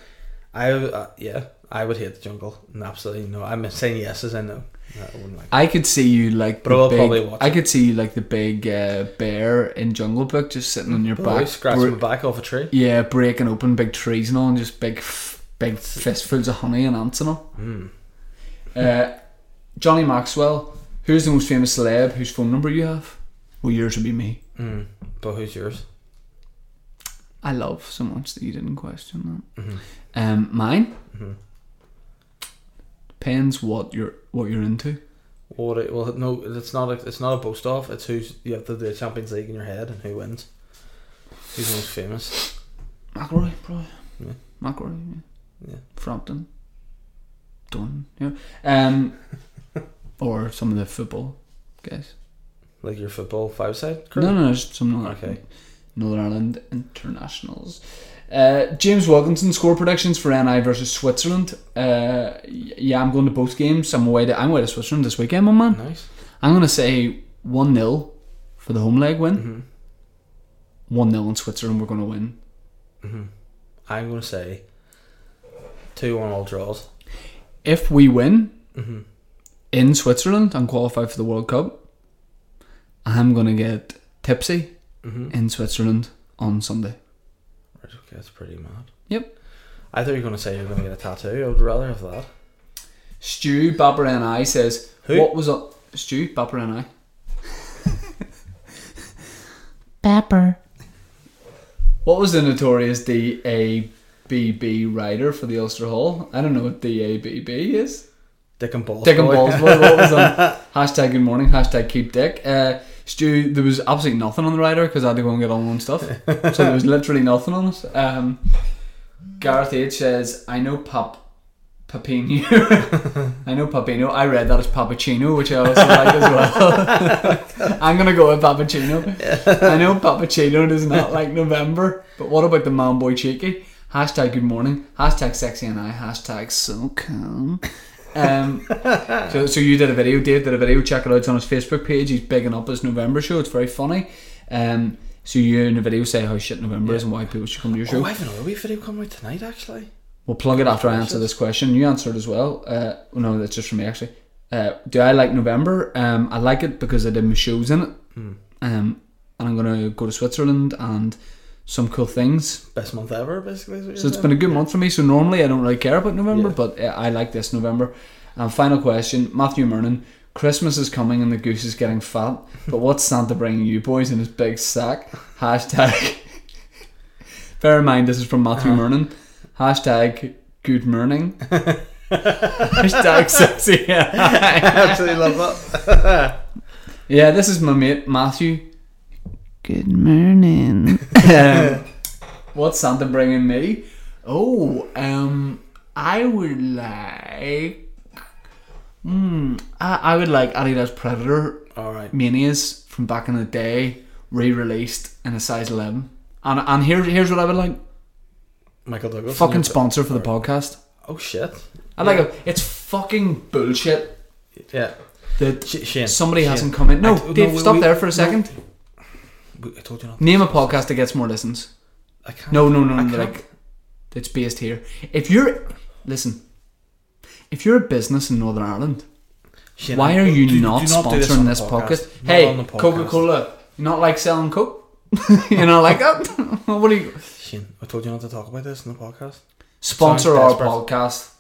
Speaker 3: I uh, yeah, I would hate the jungle. and Absolutely no. I'm saying yes as I know. I wouldn't like.
Speaker 2: I could see you like
Speaker 3: But
Speaker 2: the
Speaker 3: I'll
Speaker 2: big,
Speaker 3: probably watch
Speaker 2: I could see you like the big uh, bear in Jungle Book just sitting on your
Speaker 3: Boy,
Speaker 2: back,
Speaker 3: scratching my back off a tree.
Speaker 2: Yeah, breaking open big trees and all, and just big, f- big fistfuls of honey and ants and all. Uh, Johnny Maxwell, who's the most famous celeb whose phone number you have? Well, yours would be me.
Speaker 3: Mm. But who's yours?
Speaker 2: I love so much that you didn't question that.
Speaker 3: Mm-hmm.
Speaker 2: Um, mine depends what you're what you're into.
Speaker 3: What? It, well, no, it's not. A, it's not a post off. It's who's you have to do a Champions League in your head and who wins. Who's the most famous?
Speaker 2: McElroy, probably.
Speaker 3: Yeah.
Speaker 2: McElroy, yeah.
Speaker 3: Yeah.
Speaker 2: Frampton. Dunn, yeah. Um, or some of the football guys.
Speaker 3: Like your football five side?
Speaker 2: No, no, no, just some like
Speaker 3: Okay.
Speaker 2: Northern Ireland internationals. Uh, James Wilkinson score predictions for NI versus Switzerland. Uh, y- yeah, I'm going to both games. I'm away to I'm away to Switzerland this weekend, my man.
Speaker 3: Nice.
Speaker 2: I'm going to say one 0 for the home leg win. One 0 in Switzerland, we're going to win.
Speaker 3: I'm gonna say two one all draws.
Speaker 2: If we win in Switzerland and qualify for the World Cup, I'm going to get tipsy in Switzerland on Sunday.
Speaker 3: Right, okay, that's pretty mad.
Speaker 2: Yep.
Speaker 3: I thought you were gonna say you're gonna get a tattoo. I would rather have that.
Speaker 2: Stu Babber and I says,
Speaker 3: Who?
Speaker 2: "What was up, Stu Babber and I?"
Speaker 4: Pepper.
Speaker 2: What was the notorious DABB rider for the Ulster Hall? I don't know what DABB is.
Speaker 3: Dick and balls.
Speaker 2: Dick and
Speaker 3: boy.
Speaker 2: balls. What, what was on? Hashtag good morning. Hashtag keep dick. Uh, Stu, there was absolutely nothing on the rider because I had to go and get on one stuff. so there was literally nothing on it. Um, Gareth H says, "I know Pap." Papino. I know Papino. I read that as Pappuccino, which I also like as well. I'm gonna go with Pappuccino. I know Pappuccino does not like November, but what about the man boy cheeky? Hashtag good morning. Hashtag sexy and I. Hashtag so calm. Um, so, so you did a video. Dave did a video. Check it out. It's on his Facebook page. He's bigging up his November show. It's very funny. Um, so you in the video say how shit November is and why people should come to your show.
Speaker 3: Oh, I have another wee video coming out tonight. Actually,
Speaker 2: We'll plug it after I answer this question. You answered as well. Uh, no, that's just for me actually. Uh, do I like November? Um, I like it because I did my shows in it. Um, and I'm gonna go to Switzerland and some cool things.
Speaker 3: best month ever, basically.
Speaker 2: So it's been a good month for me. So normally I don't really care about November,
Speaker 3: Yeah.
Speaker 2: but uh, I like this November. And final question, Matthew Mernon. Christmas is coming and the goose is getting fat. But what's Santa bringing you boys in his big sack? Hashtag. Bear in mind this is from Matthew Mernon. Hashtag good morning. Hashtag sexy. yeah.
Speaker 3: Absolutely love that.
Speaker 2: yeah, this is my mate Matthew.
Speaker 4: Good morning.
Speaker 2: Um, what's Santa bringing me? Oh, um, I would like. Mm, I, I would like Adidas Predator
Speaker 3: All right.
Speaker 2: Manias from back in the day, re released in a size 11. And, and here, here's what I would like
Speaker 3: Michael Douglas.
Speaker 2: fucking sponsor for the podcast.
Speaker 3: Oh shit.
Speaker 2: I like it. It's fucking bullshit
Speaker 3: Yeah.
Speaker 2: that
Speaker 3: Sh- Shane.
Speaker 2: somebody
Speaker 3: Shane.
Speaker 2: hasn't come in. No,
Speaker 3: I t-
Speaker 2: Dave,
Speaker 3: no, we-
Speaker 2: stop
Speaker 3: we-
Speaker 2: there for a
Speaker 3: no.
Speaker 2: second.
Speaker 3: We- I told you not.
Speaker 2: Name a podcast that gets more listens.
Speaker 3: I can't.
Speaker 2: No, no, no,
Speaker 3: I
Speaker 2: no.
Speaker 3: can't.
Speaker 2: Like it's based here. If you're listen, if you're a business in Northern Ireland,
Speaker 3: Shane,
Speaker 2: why
Speaker 3: I-
Speaker 2: are you
Speaker 3: do- do
Speaker 2: not,
Speaker 3: do
Speaker 2: sponsoring
Speaker 3: on the
Speaker 2: this podcast?
Speaker 3: Not
Speaker 2: Hey,
Speaker 3: on the podcast.
Speaker 2: Coca Cola, you not like selling Coke? you know, like that? what do you
Speaker 3: Shane, I told you not to talk about this in the podcast.
Speaker 2: sponsor
Speaker 3: Sounds
Speaker 2: our
Speaker 3: desperate.
Speaker 2: podcast?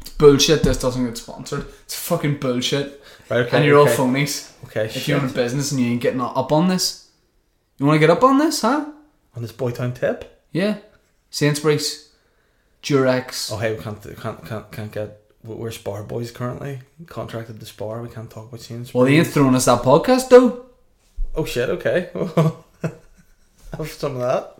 Speaker 2: It's bullshit. This doesn't get sponsored. It's fucking bullshit.
Speaker 3: Right. Okay.
Speaker 2: and you're
Speaker 3: okay.
Speaker 2: all phonies.
Speaker 3: Okay.
Speaker 2: If
Speaker 3: Shit.
Speaker 2: you're in a business and you ain't getting up on this, you want to get up on this, huh?
Speaker 3: on this Boytown tip.
Speaker 2: Yeah. Sainsbury's, Durex.
Speaker 3: Oh hey, we can't can't can't, can't get. we- We're Spar boys currently contracted to Spar. We can't talk about Shane.
Speaker 2: Well, they ain't throwing us that podcast though.
Speaker 3: Oh shit. Okay. Have some of that.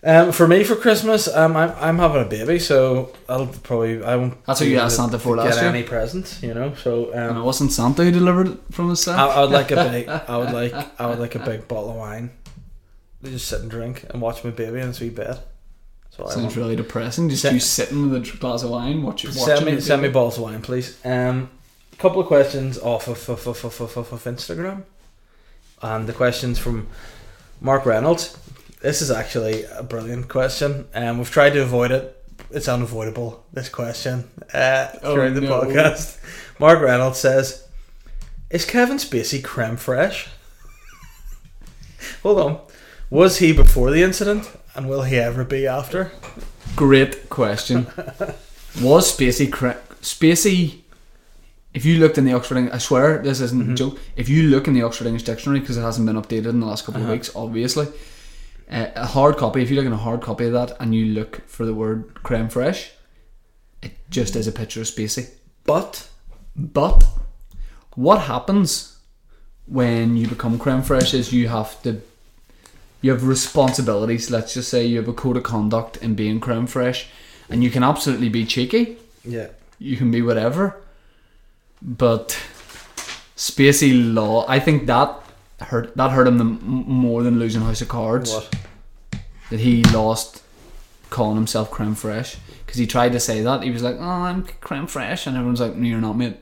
Speaker 3: Um, for me for Christmas, um, I'm, I'm having a baby, so I'll probably I won't.
Speaker 2: That's what you asked Santa for
Speaker 3: get
Speaker 2: last year.
Speaker 3: Any presents, you know? So um,
Speaker 2: And it wasn't Santa who delivered it from his
Speaker 3: I,
Speaker 2: side.
Speaker 3: I would like a big. I would like. I would like a big bottle of wine. They just sit and drink and watch my baby in his wee bed. So I
Speaker 2: Sounds
Speaker 3: want.
Speaker 2: really depressing. Just
Speaker 3: Send-
Speaker 2: you sitting with a glass of wine, watch, watching.
Speaker 3: Send me,
Speaker 2: it.
Speaker 3: send me bottles of wine, please. Um, couple of questions off of, of, of, of, of, of, of Instagram, and the questions from Mark Reynolds. This is actually a brilliant question, and we've tried to avoid it. It's unavoidable. This question uh,
Speaker 2: Oh,
Speaker 3: during the
Speaker 2: no.
Speaker 3: podcast. Mark Reynolds says, "Is Kevin Spacey creme fraiche?" Hold on. Was he before the incident, and will he ever be after?
Speaker 2: Great question. Was Spacey cra- Spacey? If you looked in the Oxford, Eng- I swear this isn't a joke. If you look in the Oxford English Dictionary, because it hasn't been updated in the last couple of weeks, obviously, uh, a hard copy. If you look in a hard copy of that and you look for the word creme fraiche, it just is a picture of Spacey.
Speaker 3: But
Speaker 2: But what happens when you become creme fraiche is you have to you have responsibilities, let's just say you have a code of conduct in being creme fraiche and you can absolutely be cheeky,
Speaker 3: yeah.
Speaker 2: you can be whatever. But Spacey Law, I think that hurt that hurt him the, m- more than losing House of Cards
Speaker 3: What?
Speaker 2: that he lost calling himself creme fraiche because he tried to say that he was like, "Oh, I'm creme fraiche," and everyone's like, "No, you're not, mate."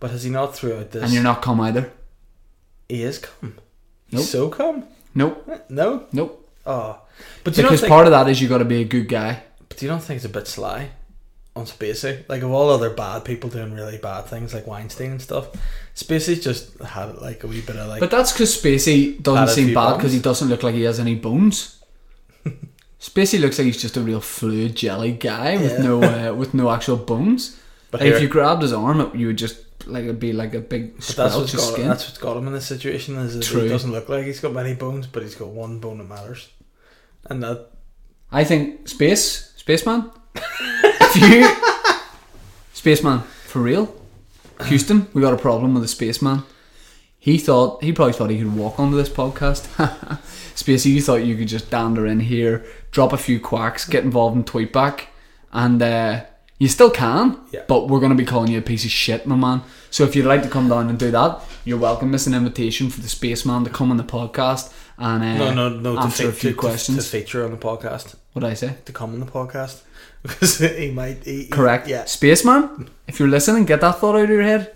Speaker 3: But has he not throughout this?
Speaker 2: And you're not calm either.
Speaker 3: He is
Speaker 2: Nope.
Speaker 3: calm. He's so calm.
Speaker 2: Nope.
Speaker 3: No.
Speaker 2: Nope.
Speaker 3: Oh. But do you, not
Speaker 2: Because
Speaker 3: think,
Speaker 2: part of that is you got to be a good guy.
Speaker 3: but do you not think it's a bit sly on Spacey? Like, of all other bad people doing really bad things, like Weinstein and stuff, Spacey just had like a wee bit of like.
Speaker 2: But that's because Spacey
Speaker 3: Had a
Speaker 2: doesn't
Speaker 3: few
Speaker 2: seem bad
Speaker 3: bones.
Speaker 2: because he doesn't look like he has any bones. Spacey looks like he's just a real fluid jelly guy with
Speaker 3: Yeah.
Speaker 2: no uh, with no actual bones.
Speaker 3: But
Speaker 2: Like, if
Speaker 3: here-
Speaker 2: you grabbed his arm, it, you would just like it'd be like a big
Speaker 3: but that's
Speaker 2: squelch
Speaker 3: what's
Speaker 2: of
Speaker 3: got
Speaker 2: skin.
Speaker 3: that's what's got him in this situation. Is that
Speaker 2: True.
Speaker 3: he doesn't look like he's got many bones, but he's got one bone that matters, and that
Speaker 2: I think space spaceman. if you spaceman for real, Houston, we got a problem with the spaceman. He thought he probably thought he could walk onto this podcast. Spacey, you thought you could just dander in here, drop a few quacks, get involved in tweetback, and uh, you still can.
Speaker 3: Yeah.
Speaker 2: But we're gonna be calling you a piece of shit, my man. So if you'd like to come down and do that, you're welcome. It's an invitation for the spaceman to come on the podcast and uh,
Speaker 3: no no no
Speaker 2: answer
Speaker 3: fe-
Speaker 2: a few
Speaker 3: to,
Speaker 2: questions.
Speaker 3: to, feature on the podcast
Speaker 2: what did I say?
Speaker 3: to come on the podcast because he might he, he-
Speaker 2: Correct.
Speaker 3: yeah
Speaker 2: Spaceman, if you're listening, get that thought out of your head.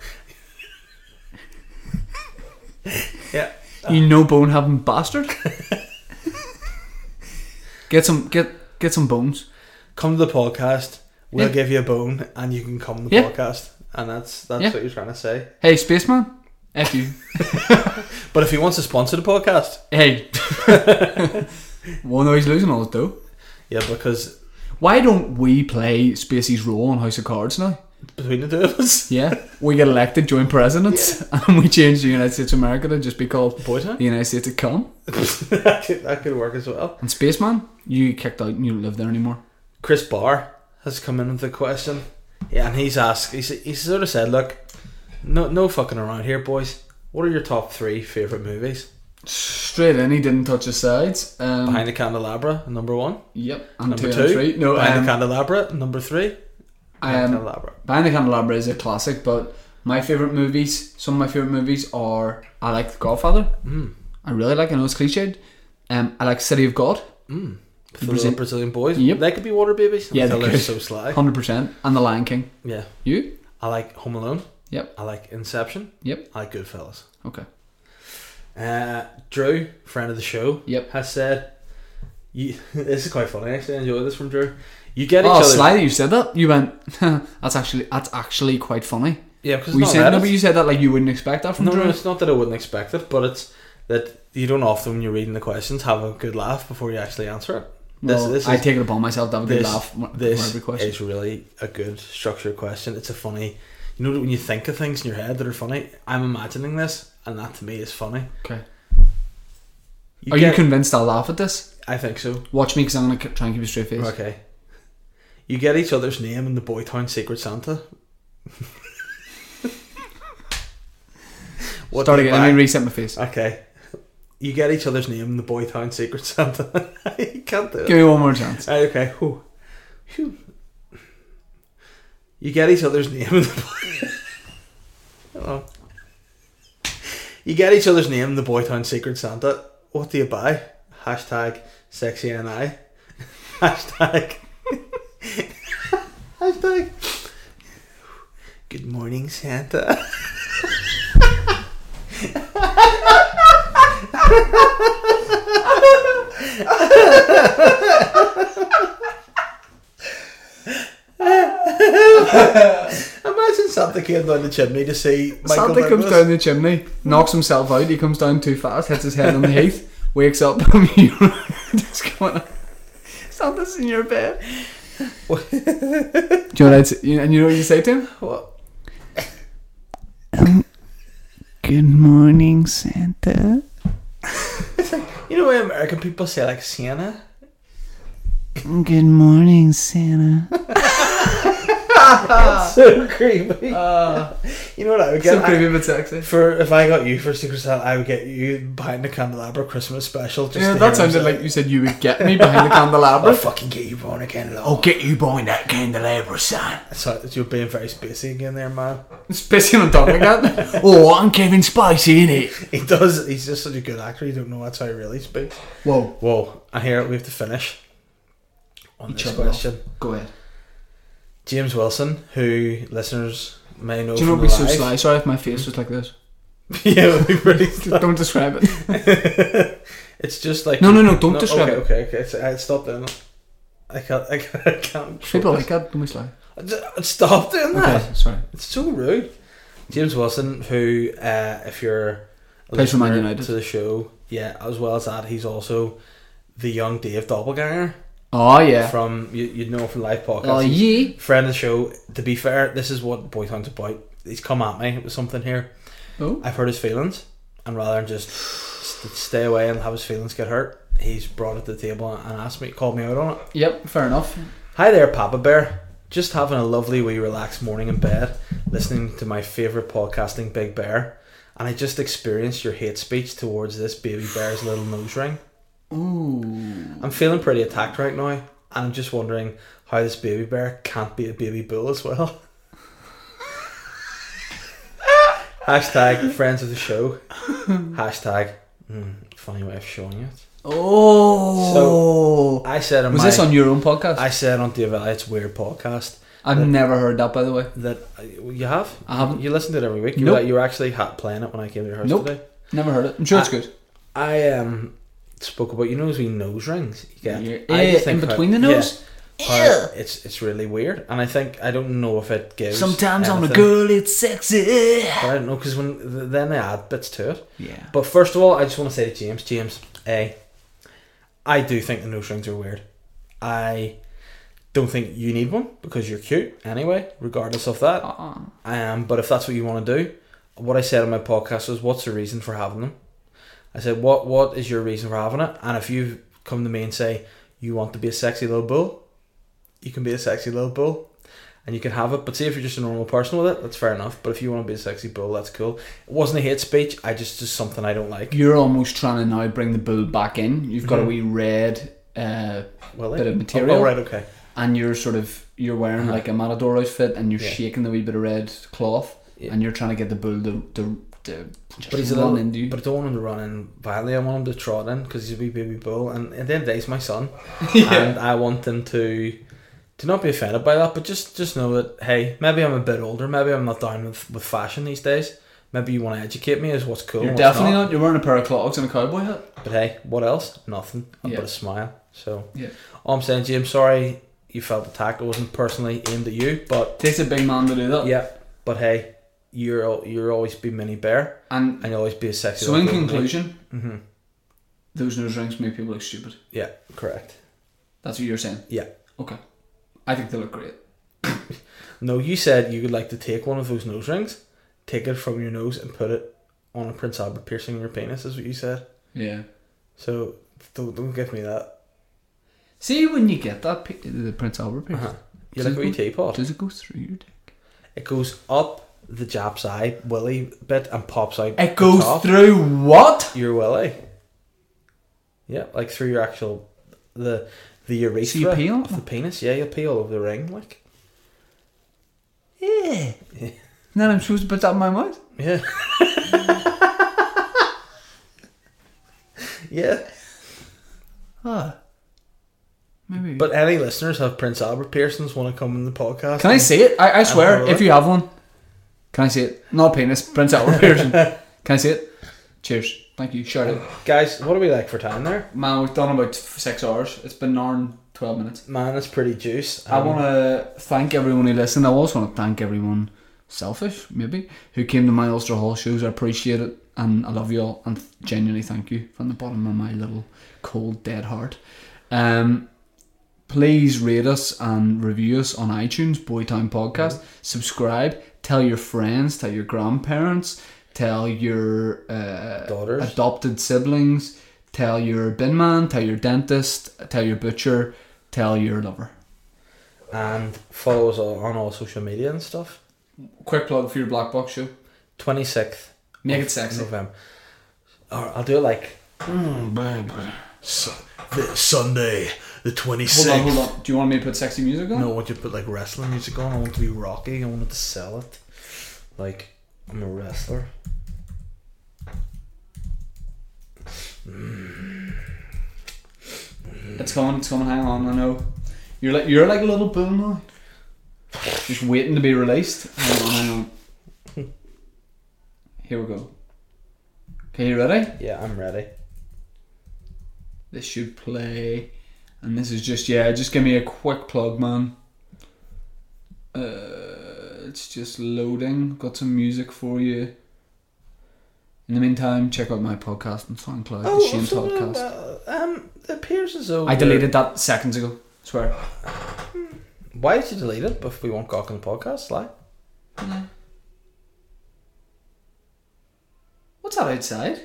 Speaker 3: yeah
Speaker 2: You no bone having bastard. get some get get some bones.
Speaker 3: come to the podcast. We'll
Speaker 2: Yeah.
Speaker 3: give you a bone, and you can come to the
Speaker 2: Yeah.
Speaker 3: podcast. And that's that's
Speaker 2: Yeah.
Speaker 3: what you're trying to say.
Speaker 2: Hey, spaceman. F you.
Speaker 3: But if he wants to sponsor the podcast,
Speaker 2: Hey. well, no, he's losing all his dough.
Speaker 3: yeah, because
Speaker 2: Why don't we play Spacey's role on House of Cards now?
Speaker 3: between the two of us,
Speaker 2: Yeah, we get elected joint presidents, and we change the United States of America to just be called
Speaker 3: boy
Speaker 2: the United States of Cum.
Speaker 3: that, could, that could work as well.
Speaker 2: And spaceman, you kicked out and you don't live there anymore.
Speaker 3: Chris Barr has come in with the question. Yeah, and he's asked. He's he sort of said, "Look, no no fucking around here, boys. What are your top three favorite movies?
Speaker 2: Straight in, he didn't touch his sides. Um,
Speaker 3: Behind the Candelabra, number one.
Speaker 2: Yep, and
Speaker 3: Number
Speaker 2: two,
Speaker 3: two,
Speaker 2: and three. No,
Speaker 3: Behind
Speaker 2: um,
Speaker 3: the Candelabra, number three. Behind
Speaker 2: um,
Speaker 3: the Candelabra.
Speaker 2: Behind the Candelabra is a classic, but my favourite movies, some of my favourite movies are I like The Godfather.
Speaker 3: Mm.
Speaker 2: I really like, I know it's cliched. Um, I like City of God,
Speaker 3: Mm. For the
Speaker 2: Brazil-
Speaker 3: little Brazilian boys,
Speaker 2: Yep.
Speaker 3: they could be water babies.
Speaker 2: Yeah, they
Speaker 3: until they're
Speaker 2: could.
Speaker 3: so sly.
Speaker 2: 100%, and The Lion King.
Speaker 3: Yeah,
Speaker 2: You?
Speaker 3: I like Home Alone.
Speaker 2: Yep.
Speaker 3: I like Inception.
Speaker 2: Yep.
Speaker 3: I like Goodfellas.
Speaker 2: Okay.
Speaker 3: Uh, Drew, friend of the show,
Speaker 2: Yep.
Speaker 3: has said, you, "This is quite funny. Actually, I enjoy this from Drew. You get each
Speaker 2: Oh,
Speaker 3: other.
Speaker 2: sly that you said that. You went, that's actually that's actually quite funny.
Speaker 3: Yeah, because
Speaker 2: Were you
Speaker 3: it's
Speaker 2: saying
Speaker 3: not
Speaker 2: no,
Speaker 3: that.
Speaker 2: but you said that like you wouldn't expect that from
Speaker 3: No,
Speaker 2: Drew.
Speaker 3: no, it's not that I wouldn't expect it, but it's that you don't often, when you're reading the questions, have a good laugh before you actually answer it. This,
Speaker 2: Well,
Speaker 3: this
Speaker 2: I
Speaker 3: is,
Speaker 2: take it upon myself to have a good
Speaker 3: this,
Speaker 2: laugh m- for
Speaker 3: this
Speaker 2: every question.
Speaker 3: is really a good structured question. It's a funny, you know, when you think of things in your head that are funny, I'm imagining this, and that to me is funny.
Speaker 2: Okay.
Speaker 3: You
Speaker 2: Are
Speaker 3: get,
Speaker 2: you convinced I'll laugh at this?
Speaker 3: I think so.
Speaker 2: Watch me, because I'm gonna k- try and keep a straight face.
Speaker 3: Okay. You get each other's name in the Boytown Secret Santa. What
Speaker 2: Start
Speaker 3: the
Speaker 2: again. Let
Speaker 3: bag-
Speaker 2: me reset my face.
Speaker 3: Okay. You get each other's name in the Boytown Secret Santa. you can't do it.
Speaker 2: Give me one more chance.
Speaker 3: Aye, okay. Whew. Phew. You get each other's name in the Hello. You get each other's name in the Boytown Secret Santa. What do you buy? Hashtag sexy and I. Hashtag Hashtag Good morning Santa. Imagine Santa came down the chimney to see Michael
Speaker 2: Santa comes
Speaker 3: Douglas.
Speaker 2: down the chimney, knocks himself out. He comes down too fast, hits his head on the heath, wakes up. and you- Just going. on. Santa's in your bed. Do you know what I'd say? you- And you know what you say to him?
Speaker 3: What?
Speaker 4: Good morning, Santa.
Speaker 3: You know why American people say like Santa?
Speaker 4: Good morning, Santa.
Speaker 3: So creepy. you know what I would get?
Speaker 2: Ah. so creepy but sexy.
Speaker 3: for if I got you for Secret Santa, I would get you behind the candelabra Christmas special. Just
Speaker 2: Yeah,
Speaker 3: to
Speaker 2: that
Speaker 3: hear him
Speaker 2: sounded
Speaker 3: say,
Speaker 2: like you said you would get me behind the
Speaker 3: I'll
Speaker 2: candelabra.
Speaker 3: fucking get you born again, love.
Speaker 5: I'll get you behind that candelabra, son.
Speaker 3: So you're being very spacey again there, man.
Speaker 2: Especially on top of that.
Speaker 5: Oh, I'm Kevin Spacey, innit?
Speaker 3: He does. He's just such a good actor. You don't know that's how he really speaks.
Speaker 2: Whoa.
Speaker 3: Whoa! And here we have to finish on
Speaker 2: You
Speaker 3: this
Speaker 2: jump it off.
Speaker 3: question.
Speaker 2: Go ahead.
Speaker 3: James Wilson, who listeners may know
Speaker 2: Do you know what would
Speaker 3: from
Speaker 2: be
Speaker 3: the
Speaker 2: so
Speaker 3: live-
Speaker 2: sly? Sorry if my face was like this.
Speaker 3: yeah, it would be pretty sly.
Speaker 2: Don't describe it.
Speaker 3: it's just like
Speaker 2: No, no, no, don't describe
Speaker 3: okay,
Speaker 2: it.
Speaker 3: Okay, okay, so, uh, stop doing that. I can't. I can't. I can't
Speaker 2: People like that. Don't be sly.
Speaker 3: that. Stop doing that.
Speaker 2: Okay, sorry.
Speaker 3: It's so rude. James Wilson, who, uh, if you're a
Speaker 2: Plays for Man
Speaker 3: listener
Speaker 2: United.
Speaker 3: to the show, yeah, as well as that, he's also the young Dave Doppelganger
Speaker 2: Oh, yeah.
Speaker 3: from you, you'd know him from Live Podcast.
Speaker 2: Oh,
Speaker 3: He's
Speaker 2: yeah.
Speaker 3: a Friend of the show. To be fair, this is what Boytown's about. He's come at me with something here.
Speaker 2: Oh.
Speaker 3: I've hurt his feelings, and rather than just st- stay away and have his feelings get hurt, he's brought it to the table and asked me, called me out on it.
Speaker 2: Yep, fair enough.
Speaker 3: Hi there, Papa Bear. Just having a lovely, wee, relaxed morning in bed, listening to my favourite podcasting, Big Bear, and I just experienced your hate speech towards this baby bear's little nose ring.
Speaker 2: Ooh.
Speaker 3: I'm feeling pretty attacked right now, and I'm just wondering how this baby bear can't be a baby bull as well. Hashtag friends of the show. Hashtag mm, funny way of showing it.
Speaker 2: Oh.
Speaker 3: I said on
Speaker 2: was
Speaker 3: my,
Speaker 2: this on your own podcast?
Speaker 3: I said on Dave Elliott's weird podcast
Speaker 2: I've never heard that, by the way.
Speaker 3: that uh, you have
Speaker 2: I haven't.
Speaker 3: You listen to it every week. You,
Speaker 2: Nope.
Speaker 3: were, you were actually ha- playing it when I came to your house
Speaker 2: Nope.
Speaker 3: today.
Speaker 2: Never heard it. I'm sure it's
Speaker 3: I-
Speaker 2: good.
Speaker 3: I um spoke about you know as we nose rings. You get
Speaker 2: Your
Speaker 3: I
Speaker 2: ear
Speaker 3: just think
Speaker 2: in between the
Speaker 3: how-
Speaker 2: nose?
Speaker 3: yeah, how it's it's really weird, and I think I don't know if it gives.
Speaker 5: Sometimes on a
Speaker 3: anything,
Speaker 5: girl, it's sexy.
Speaker 3: but I don't know because when th- then they add bits to it.
Speaker 5: Yeah.
Speaker 3: But first of all, I just want to say to James, James, a, I do think the nose rings are weird. I don't think you need one because you're cute anyway. Regardless of that,
Speaker 2: Uh-uh.
Speaker 3: Um, but if that's what you want to do, what I said on my podcast was, "What's the reason for having them?" I said, "What What is your reason for having it?" And if you come to me and say you want to be a sexy little bull, you can be a sexy little bull and you can have it. But see, if you're just a normal person with it, that's fair enough. But if you want to be a sexy bull, that's cool. It wasn't a hate speech. I just just something I don't like.
Speaker 2: You're almost trying to now bring the bull back in. You've got a wee red uh,
Speaker 3: Well,
Speaker 2: bit
Speaker 3: eh?
Speaker 2: of material,
Speaker 3: Mhm. Oh, oh, right, okay.
Speaker 2: and you're sort of you're wearing like a matador outfit, and you're
Speaker 3: Yeah.
Speaker 2: shaking the wee bit of red cloth,
Speaker 3: Yeah.
Speaker 2: and you're trying to get the bull to to, to just
Speaker 3: But he's a
Speaker 2: run
Speaker 3: little,
Speaker 2: into you.
Speaker 3: but I don't want him to run in violently. I want him to trot in because he's a wee baby bull, and at the end of the day, he's my son, and I want him to to not be offended by that, but just just know that hey, maybe I'm a bit older, maybe I'm not down with, with fashion these days. Maybe you want to educate me as what's cool.
Speaker 2: you're
Speaker 3: and what's
Speaker 2: definitely not. You're wearing a pair of clogs and a cowboy hat.
Speaker 3: But hey, what else? Nothing. A
Speaker 2: Yeah.
Speaker 3: bit of smile. So
Speaker 2: Yeah.
Speaker 3: all I'm saying, James, sorry you felt attacked. It wasn't personally aimed at you, but
Speaker 2: Takes a big man to do that.
Speaker 3: yeah. But hey, you're al- you're always be mini bear,
Speaker 2: And
Speaker 3: and you will always be a Mm-hmm. sexy.
Speaker 2: so, in
Speaker 3: little girl.
Speaker 2: conclusion, those nose rings make people look stupid.
Speaker 3: yeah, correct.
Speaker 2: That's what you're saying.
Speaker 3: Yeah.
Speaker 2: Okay. I think they look great.
Speaker 3: No, you said you would like to take one of those nose rings, take it from your nose and put it on a Prince Albert piercing in your penis. Is what you said.
Speaker 2: Yeah.
Speaker 3: So don't, don't give me that.
Speaker 2: See when you get that pi- the Prince Albert picture,
Speaker 3: Uh-huh. You're like a wee teapot.
Speaker 2: does it go through your dick?
Speaker 3: It goes up the Jap's eye willy bit and pops out. the
Speaker 2: It goes
Speaker 3: top.
Speaker 2: through what?
Speaker 3: your willy. Yeah, like through your actual the the
Speaker 2: So
Speaker 3: urethra
Speaker 2: you pee on
Speaker 3: of
Speaker 2: it?
Speaker 3: the penis. Yeah, you'll pee all over the ring. Like
Speaker 2: Yeah. Then I'm supposed to put that in my mouth.
Speaker 3: yeah, yeah.
Speaker 2: Ah. Maybe.
Speaker 3: But any listeners have Prince Albert piercings want to come in the podcast?
Speaker 2: can I see it? I, I swear,
Speaker 3: Albert.
Speaker 2: if you have one, can I see it? Not a penis, Prince Albert piercing. Can I see it? Cheers. Thank you. Shout out.
Speaker 3: Guys, what are we like for time there?
Speaker 2: Man, we've done about f- six hours. It's been an hour and twelve minutes.
Speaker 3: Man, it's pretty juice.
Speaker 2: I want to thank everyone who listened. I also want to thank everyone, selfish maybe, who came to my Ulster Hall shows. I appreciate it and I love you all and genuinely thank you from the bottom of my little cold dead heart. Um, please rate us and review us on iTunes, Boytown Podcast. Subscribe. Tell your friends. Tell your grandparents. Tell your uh,
Speaker 3: Daughters.
Speaker 2: adopted siblings. Tell your bin man. Tell your dentist. Tell your butcher. Tell your lover.
Speaker 3: and follow us all on all social media and stuff.
Speaker 2: Quick plug for your black box show.
Speaker 3: Twenty sixth.
Speaker 2: Make it sexy.
Speaker 3: November. Or I'll do it like
Speaker 5: Hmm, The Sunday, the 26th.
Speaker 2: Hold on, hold on. Do you want me to put sexy music on?
Speaker 3: no, I want you to put like wrestling music on. I want to be rocky. I wanted to sell it. Like I'm a wrestler.
Speaker 2: It's coming, it's coming. Hang on, I know. You're like you're like a little bull now. Just waiting to be released. Hang on, hang on. Here we go. Okay, you ready?
Speaker 3: Yeah, I'm ready.
Speaker 2: This should play. And this is just yeah. Just give me a quick plug, man. Uh, it's just loading. Got some music for you. In the meantime, check out my podcast on SoundCloud, the Shane
Speaker 3: also,
Speaker 2: Podcast.
Speaker 3: uh, Oh, um, it appears as though
Speaker 2: I
Speaker 3: you're-
Speaker 2: deleted that seconds ago. Swear.
Speaker 3: Why did you delete it? If we want cock on the podcast, like
Speaker 2: What's that outside?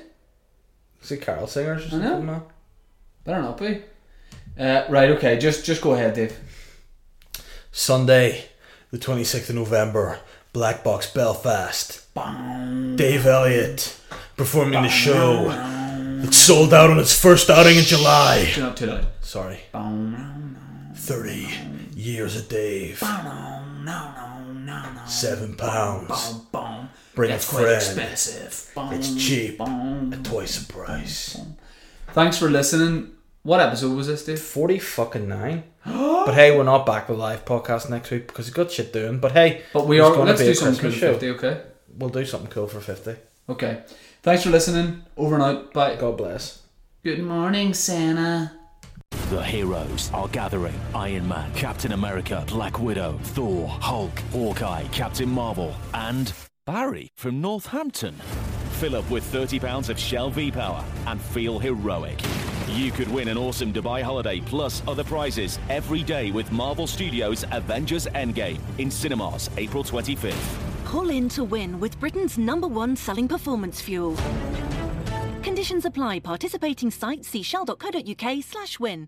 Speaker 3: is it Carol singers or
Speaker 2: I know.
Speaker 3: something? man?
Speaker 2: Better not be. Uh, right. Okay. Just just go ahead, Dave.
Speaker 3: Sunday, the 26th of November, Black Box Belfast. Dave Elliott performing the show. It sold out on its first outing in July.
Speaker 2: Turn up too loud.
Speaker 3: Sorry. 30 years of Dave. Seven pounds. Bring a friend.
Speaker 2: expensive.
Speaker 3: It's cheap. At twice the price.
Speaker 2: Thanks for listening. What episode was this, Dave?
Speaker 3: 40 fucking nine. but hey, we're not back with live podcast next week because we've got shit doing. But hey,
Speaker 2: But we
Speaker 3: there's
Speaker 2: are.
Speaker 3: gonna
Speaker 2: Let's
Speaker 3: be
Speaker 2: do
Speaker 3: a
Speaker 2: something cool
Speaker 3: Christmas
Speaker 2: for
Speaker 3: show.
Speaker 2: 50, okay?
Speaker 3: We'll do something cool for 50.
Speaker 2: Okay. Thanks for listening. Over and out. Bye.
Speaker 3: God bless.
Speaker 2: Good morning, Santa.
Speaker 6: The heroes are gathering. Iron Man, Captain America, Black Widow, Thor, Hulk, Hawkeye, Captain Marvel, and Barry from Northampton. Fill up with 30 pounds of Shell V-Power and feel heroic. You could win an awesome Dubai holiday plus other prizes every day with Marvel Studios Avengers Endgame in cinemas April 25th.
Speaker 7: Pull in to win with Britain's number one selling performance fuel. Conditions apply. Participating sites see shell.co.uk slash win.